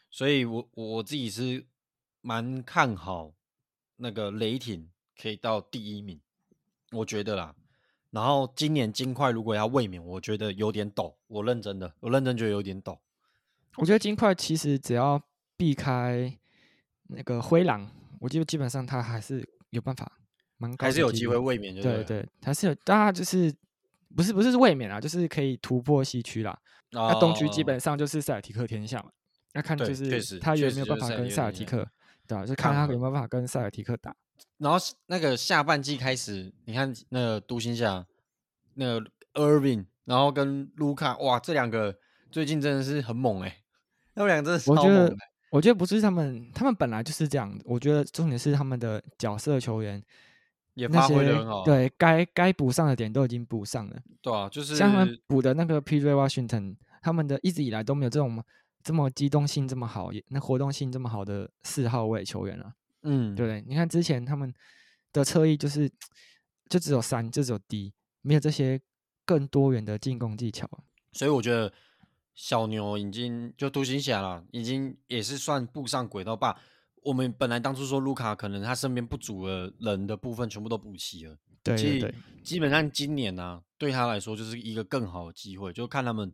Speaker 1: 所以我我我自己是蛮看好那个雷霆可以到第一名，我觉得啦。然后今年金块如果要卫冕，我觉得有点抖，我认真的，我认真觉得有点抖。
Speaker 2: 我觉得金块其实只要避开那个灰狼，我就基本上他还是有办法，蛮高
Speaker 1: 还是
Speaker 2: 的
Speaker 1: 有机会
Speaker 2: 率。
Speaker 1: 卫冕就
Speaker 2: 对
Speaker 1: 对
Speaker 2: 对，还是有，大家就是不是不是卫冕啊，就是可以突破西区啦。
Speaker 1: 了。
Speaker 2: 那、东区
Speaker 1: 哦
Speaker 2: 基本上就是塞尔提克天下嘛，那看
Speaker 1: 对
Speaker 2: 就
Speaker 1: 确
Speaker 2: 是
Speaker 1: 实
Speaker 2: 他
Speaker 1: 确
Speaker 2: 有
Speaker 1: 实
Speaker 2: 没有
Speaker 1: 就
Speaker 2: 办
Speaker 1: 是
Speaker 2: 法
Speaker 1: 塞尔
Speaker 2: 跟
Speaker 1: 提克
Speaker 2: 塞尔
Speaker 1: 天下
Speaker 2: 提克，对啊，就看
Speaker 1: 抗
Speaker 2: 他有
Speaker 1: 衡
Speaker 2: 没有办法跟塞尔提克打。
Speaker 1: 然后是那个下半季开始，你看那个独行侠，那个 Irving，然后跟卢卡，哇，这两个最近真的是很猛哎、他们两个真的是
Speaker 2: 我
Speaker 1: 超
Speaker 2: 觉
Speaker 1: 猛
Speaker 2: 得
Speaker 1: 的。
Speaker 2: 我觉得不是他们，他们本来就是这样。我觉得重点是他们的角色球员
Speaker 1: 也
Speaker 2: 那
Speaker 1: 发挥
Speaker 2: 些
Speaker 1: 得很好啊
Speaker 2: 对该该补上的点都已经补上了。
Speaker 1: 对啊，就是
Speaker 2: 像他们补的那个 P.J. Washington，他们的一直以来都没有这种这么机动性这么好，也那活动性这么好的四号位球员啊，
Speaker 1: 嗯，
Speaker 2: 对不对？你看之前他们的侧翼就是就只有三，就只有 D，没有这些更多元的进攻技巧啊。
Speaker 1: 所以我觉得小牛已经就独行侠了，已经也是算步上轨道吧。我们本来当初说卢卡可能他身边不足的人的部分全部都补齐了，
Speaker 2: 对
Speaker 1: 所
Speaker 2: 对
Speaker 1: 以
Speaker 2: 对，
Speaker 1: 基本上今年呢、啊对他来说就是一个更好的机会，就看他们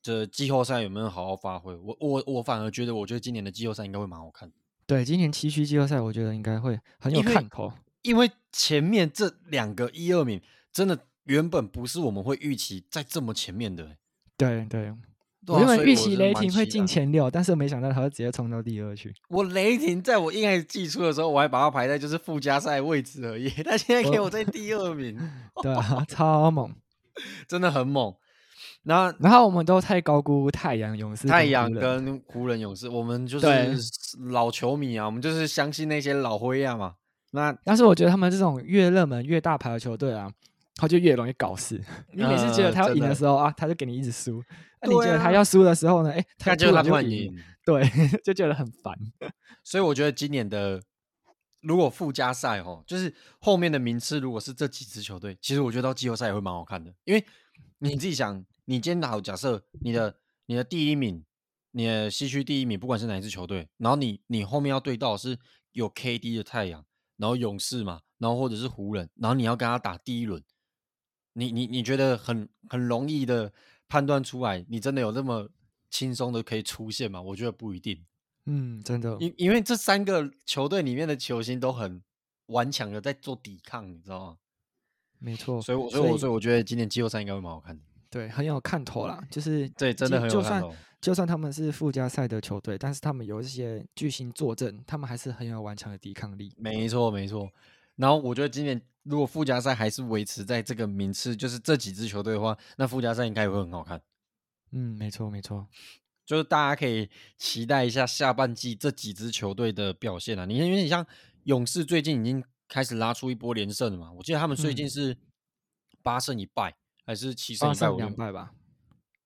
Speaker 1: 这季后赛有没有好好发挥。我我我反而觉得，我觉得今年的季后赛应该会蛮好看的，
Speaker 2: 对，今年七区季后赛我觉得应该会很有
Speaker 1: 因为
Speaker 2: 看头。
Speaker 1: 因为前面这两个一二名真的原本不是我们会预期在这么前面的、欸。
Speaker 2: 对对，
Speaker 1: 对
Speaker 2: 我
Speaker 1: 啊
Speaker 2: 原本
Speaker 1: 所以
Speaker 2: 预
Speaker 1: 我
Speaker 2: 期
Speaker 1: 是
Speaker 2: 雷
Speaker 1: 蛮
Speaker 2: 霆会
Speaker 1: 期
Speaker 2: 进
Speaker 1: 待
Speaker 2: 前六，但是没想到他会直接冲到第
Speaker 1: <laughs>
Speaker 2: 二去。
Speaker 1: 我雷霆在我一开始寄出的时候，我还把它排在就是附加赛位置而已， <laughs> 他现在给我在第二名，
Speaker 2: 对啊， <laughs> 超猛。
Speaker 1: 真的很猛。那
Speaker 2: 然后我们都太高估太阳勇士、
Speaker 1: 太阳
Speaker 2: 跟湖人
Speaker 1: 跟湖人勇士，我们就
Speaker 2: 对
Speaker 1: 是老球迷啊，我们就是相信那些老灰啊嘛。那
Speaker 2: 但是我觉得他们这种越热门、越大牌的球队啊，他就越容易搞
Speaker 1: <laughs>
Speaker 2: 事。你每次觉得
Speaker 1: 呃
Speaker 2: 他要
Speaker 1: 真
Speaker 2: 赢的
Speaker 1: 的
Speaker 2: 时候啊，他就给你一直输；那、你
Speaker 1: 对
Speaker 2: 觉得他
Speaker 1: 啊
Speaker 2: 要输的时候呢，哎，他
Speaker 1: 看就是他
Speaker 2: 突
Speaker 1: 突
Speaker 2: 然
Speaker 1: 然
Speaker 2: 就
Speaker 1: 赢，，
Speaker 2: 对， <laughs> 就觉得很烦。
Speaker 1: 所以我觉得今年的如果附加赛哦，就是后面的名次如果是这几支球队，其实我觉得到季后赛也会蛮好看的，因为你自己想，你今天打好假设你的你的第一名，你的西区第一名，不管是哪一支球队，然后你你后面要对到的是有 KD 的太阳，然后勇士嘛，然后或者是湖人，然后你要跟他打第一轮，你你你觉得很很容易的判断出来，你真的有那么轻松的可以出现吗？我觉得不一定。
Speaker 2: 嗯，真的。
Speaker 1: 因因为这三个球队里面的球星都很顽强的在做抵抗，你知道吗？
Speaker 2: 没错，
Speaker 1: 所以我所以我所以我觉得今年季后赛应该会蛮好看的。
Speaker 2: 对很有看头啦，就是
Speaker 1: 对真的
Speaker 2: 即
Speaker 1: 很有
Speaker 2: 就
Speaker 1: 看
Speaker 2: 算
Speaker 1: 头
Speaker 2: 就算他们是附加赛的球队，但是他们有一些巨星坐镇，他们还是很有顽强的抵抗力。
Speaker 1: 没错没错。然后我觉得今年如果附加赛还是维持在这个名次，就是这几支球队的话，那附加赛应该也会很好看。
Speaker 2: 嗯，没错没错，
Speaker 1: 就是大家可以期待一下下半季这几支球队的表现啊。你看，因为你像勇士最近已经开始拉出一波连胜了嘛，我记得他们最近
Speaker 2: 嗯
Speaker 1: 是八胜一败、还是七胜
Speaker 2: 八
Speaker 1: 一败？
Speaker 2: 胜
Speaker 1: 我有
Speaker 2: 两
Speaker 1: 点
Speaker 2: 败吧。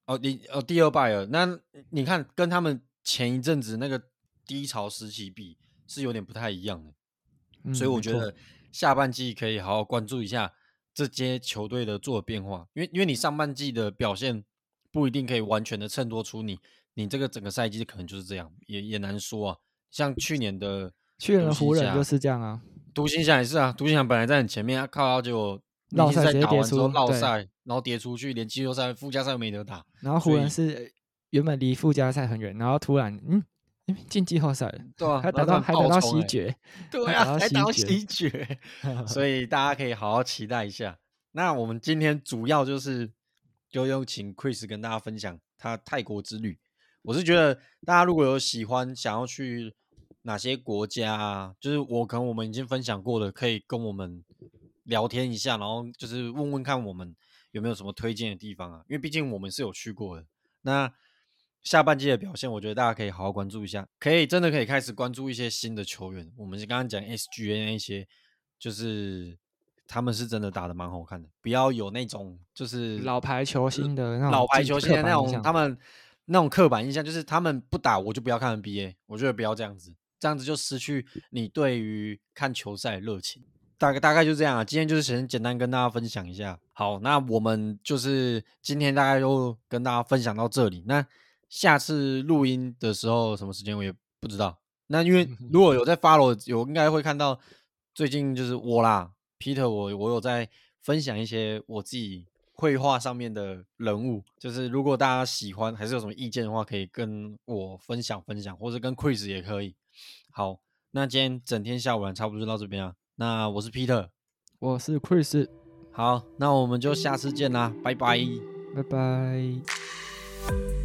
Speaker 1: 哦，你哦，第二败了。那你看，跟他们前一阵子那个低潮时期比，是有点不太一样的。
Speaker 2: 嗯、
Speaker 1: 所以我
Speaker 2: 没
Speaker 1: 觉
Speaker 2: 错
Speaker 1: 得下半季可以好好关注一下这些球队的做的变化，因为因为你上半季的表现不一定可以完全的衬托出你你这个整个赛季可能就是这样，也也难说啊。像去年的
Speaker 2: 去年的
Speaker 1: 独行
Speaker 2: 湖人
Speaker 1: 侠
Speaker 2: 就是这样啊，
Speaker 1: 独行侠也是啊，独行侠本来在很前面，啊、靠，结果
Speaker 2: 绕
Speaker 1: 明星
Speaker 2: 赛直接
Speaker 1: 打
Speaker 2: 跌
Speaker 1: 完之后
Speaker 2: 出
Speaker 1: 绕
Speaker 2: 对
Speaker 1: 赛，然后跌出去，连季后赛、附加赛没得打。
Speaker 2: 然后湖人
Speaker 1: 所
Speaker 2: 是原本离附加赛很远，然后突然嗯，因为进季后赛 <laughs> 了，
Speaker 1: 对啊，
Speaker 2: 还
Speaker 1: 然后他
Speaker 2: 打到
Speaker 1: 们
Speaker 2: 还
Speaker 1: 爆
Speaker 2: 打到
Speaker 1: 冲 <laughs>
Speaker 2: 西
Speaker 1: 欸，
Speaker 2: 决，
Speaker 1: 对
Speaker 2: 还打
Speaker 1: 啊，
Speaker 2: 到
Speaker 1: 还
Speaker 2: 西
Speaker 1: 打到
Speaker 2: 决
Speaker 1: 西决，欸
Speaker 2: <laughs>
Speaker 1: 所以大家可以好好期待一下。那我们今天主要就是就用请 Chris 跟大家分享他泰国之旅。我是觉得大家如果有喜欢想要去哪些国家啊，就是我可能我们已经分享过的，可以跟我们聊天一下，然后就是问问看我们有没有什么推荐的地方啊，因为毕竟我们是有去过的。那下半季的表现，我觉得大家可以好好关注一下，可以真的可以开始关注一些新的球员。我们刚刚讲 SGA 那一些，就是他们是真的打的蛮好看的，不要有那种就是
Speaker 2: 老牌球星的那种
Speaker 1: 老牌
Speaker 2: 进
Speaker 1: 球
Speaker 2: 刻
Speaker 1: 星的那
Speaker 2: 板印
Speaker 1: 种
Speaker 2: 象
Speaker 1: 他们那种刻板印象，就是他们不打我就不要看 NBA，我觉得不要这样子，这样子就失去
Speaker 2: 嗯
Speaker 1: 你对于看球赛的热情。大概大概就这样啊，今天就是先简单跟大家分享一下。好，那我们就是今天大概就跟大家分享到这里。那下次录音的时候什么时间我也不知道。那
Speaker 2: <laughs>
Speaker 1: 因为如果有在 follow，有应该会看到最近就是我啦，Peter，我我有在分享一些我自己绘画上面的人物，就是如果大家喜欢还是有什么意见的话，可以跟我分享分享，或者跟 Chris 也可以。好，那今天整天下午茶差不多就到这边了。那我是 Peter，
Speaker 2: 我是 Chris，
Speaker 1: 好，那我们就下次见啦，拜拜。
Speaker 2: 拜拜。
Speaker 3: Thank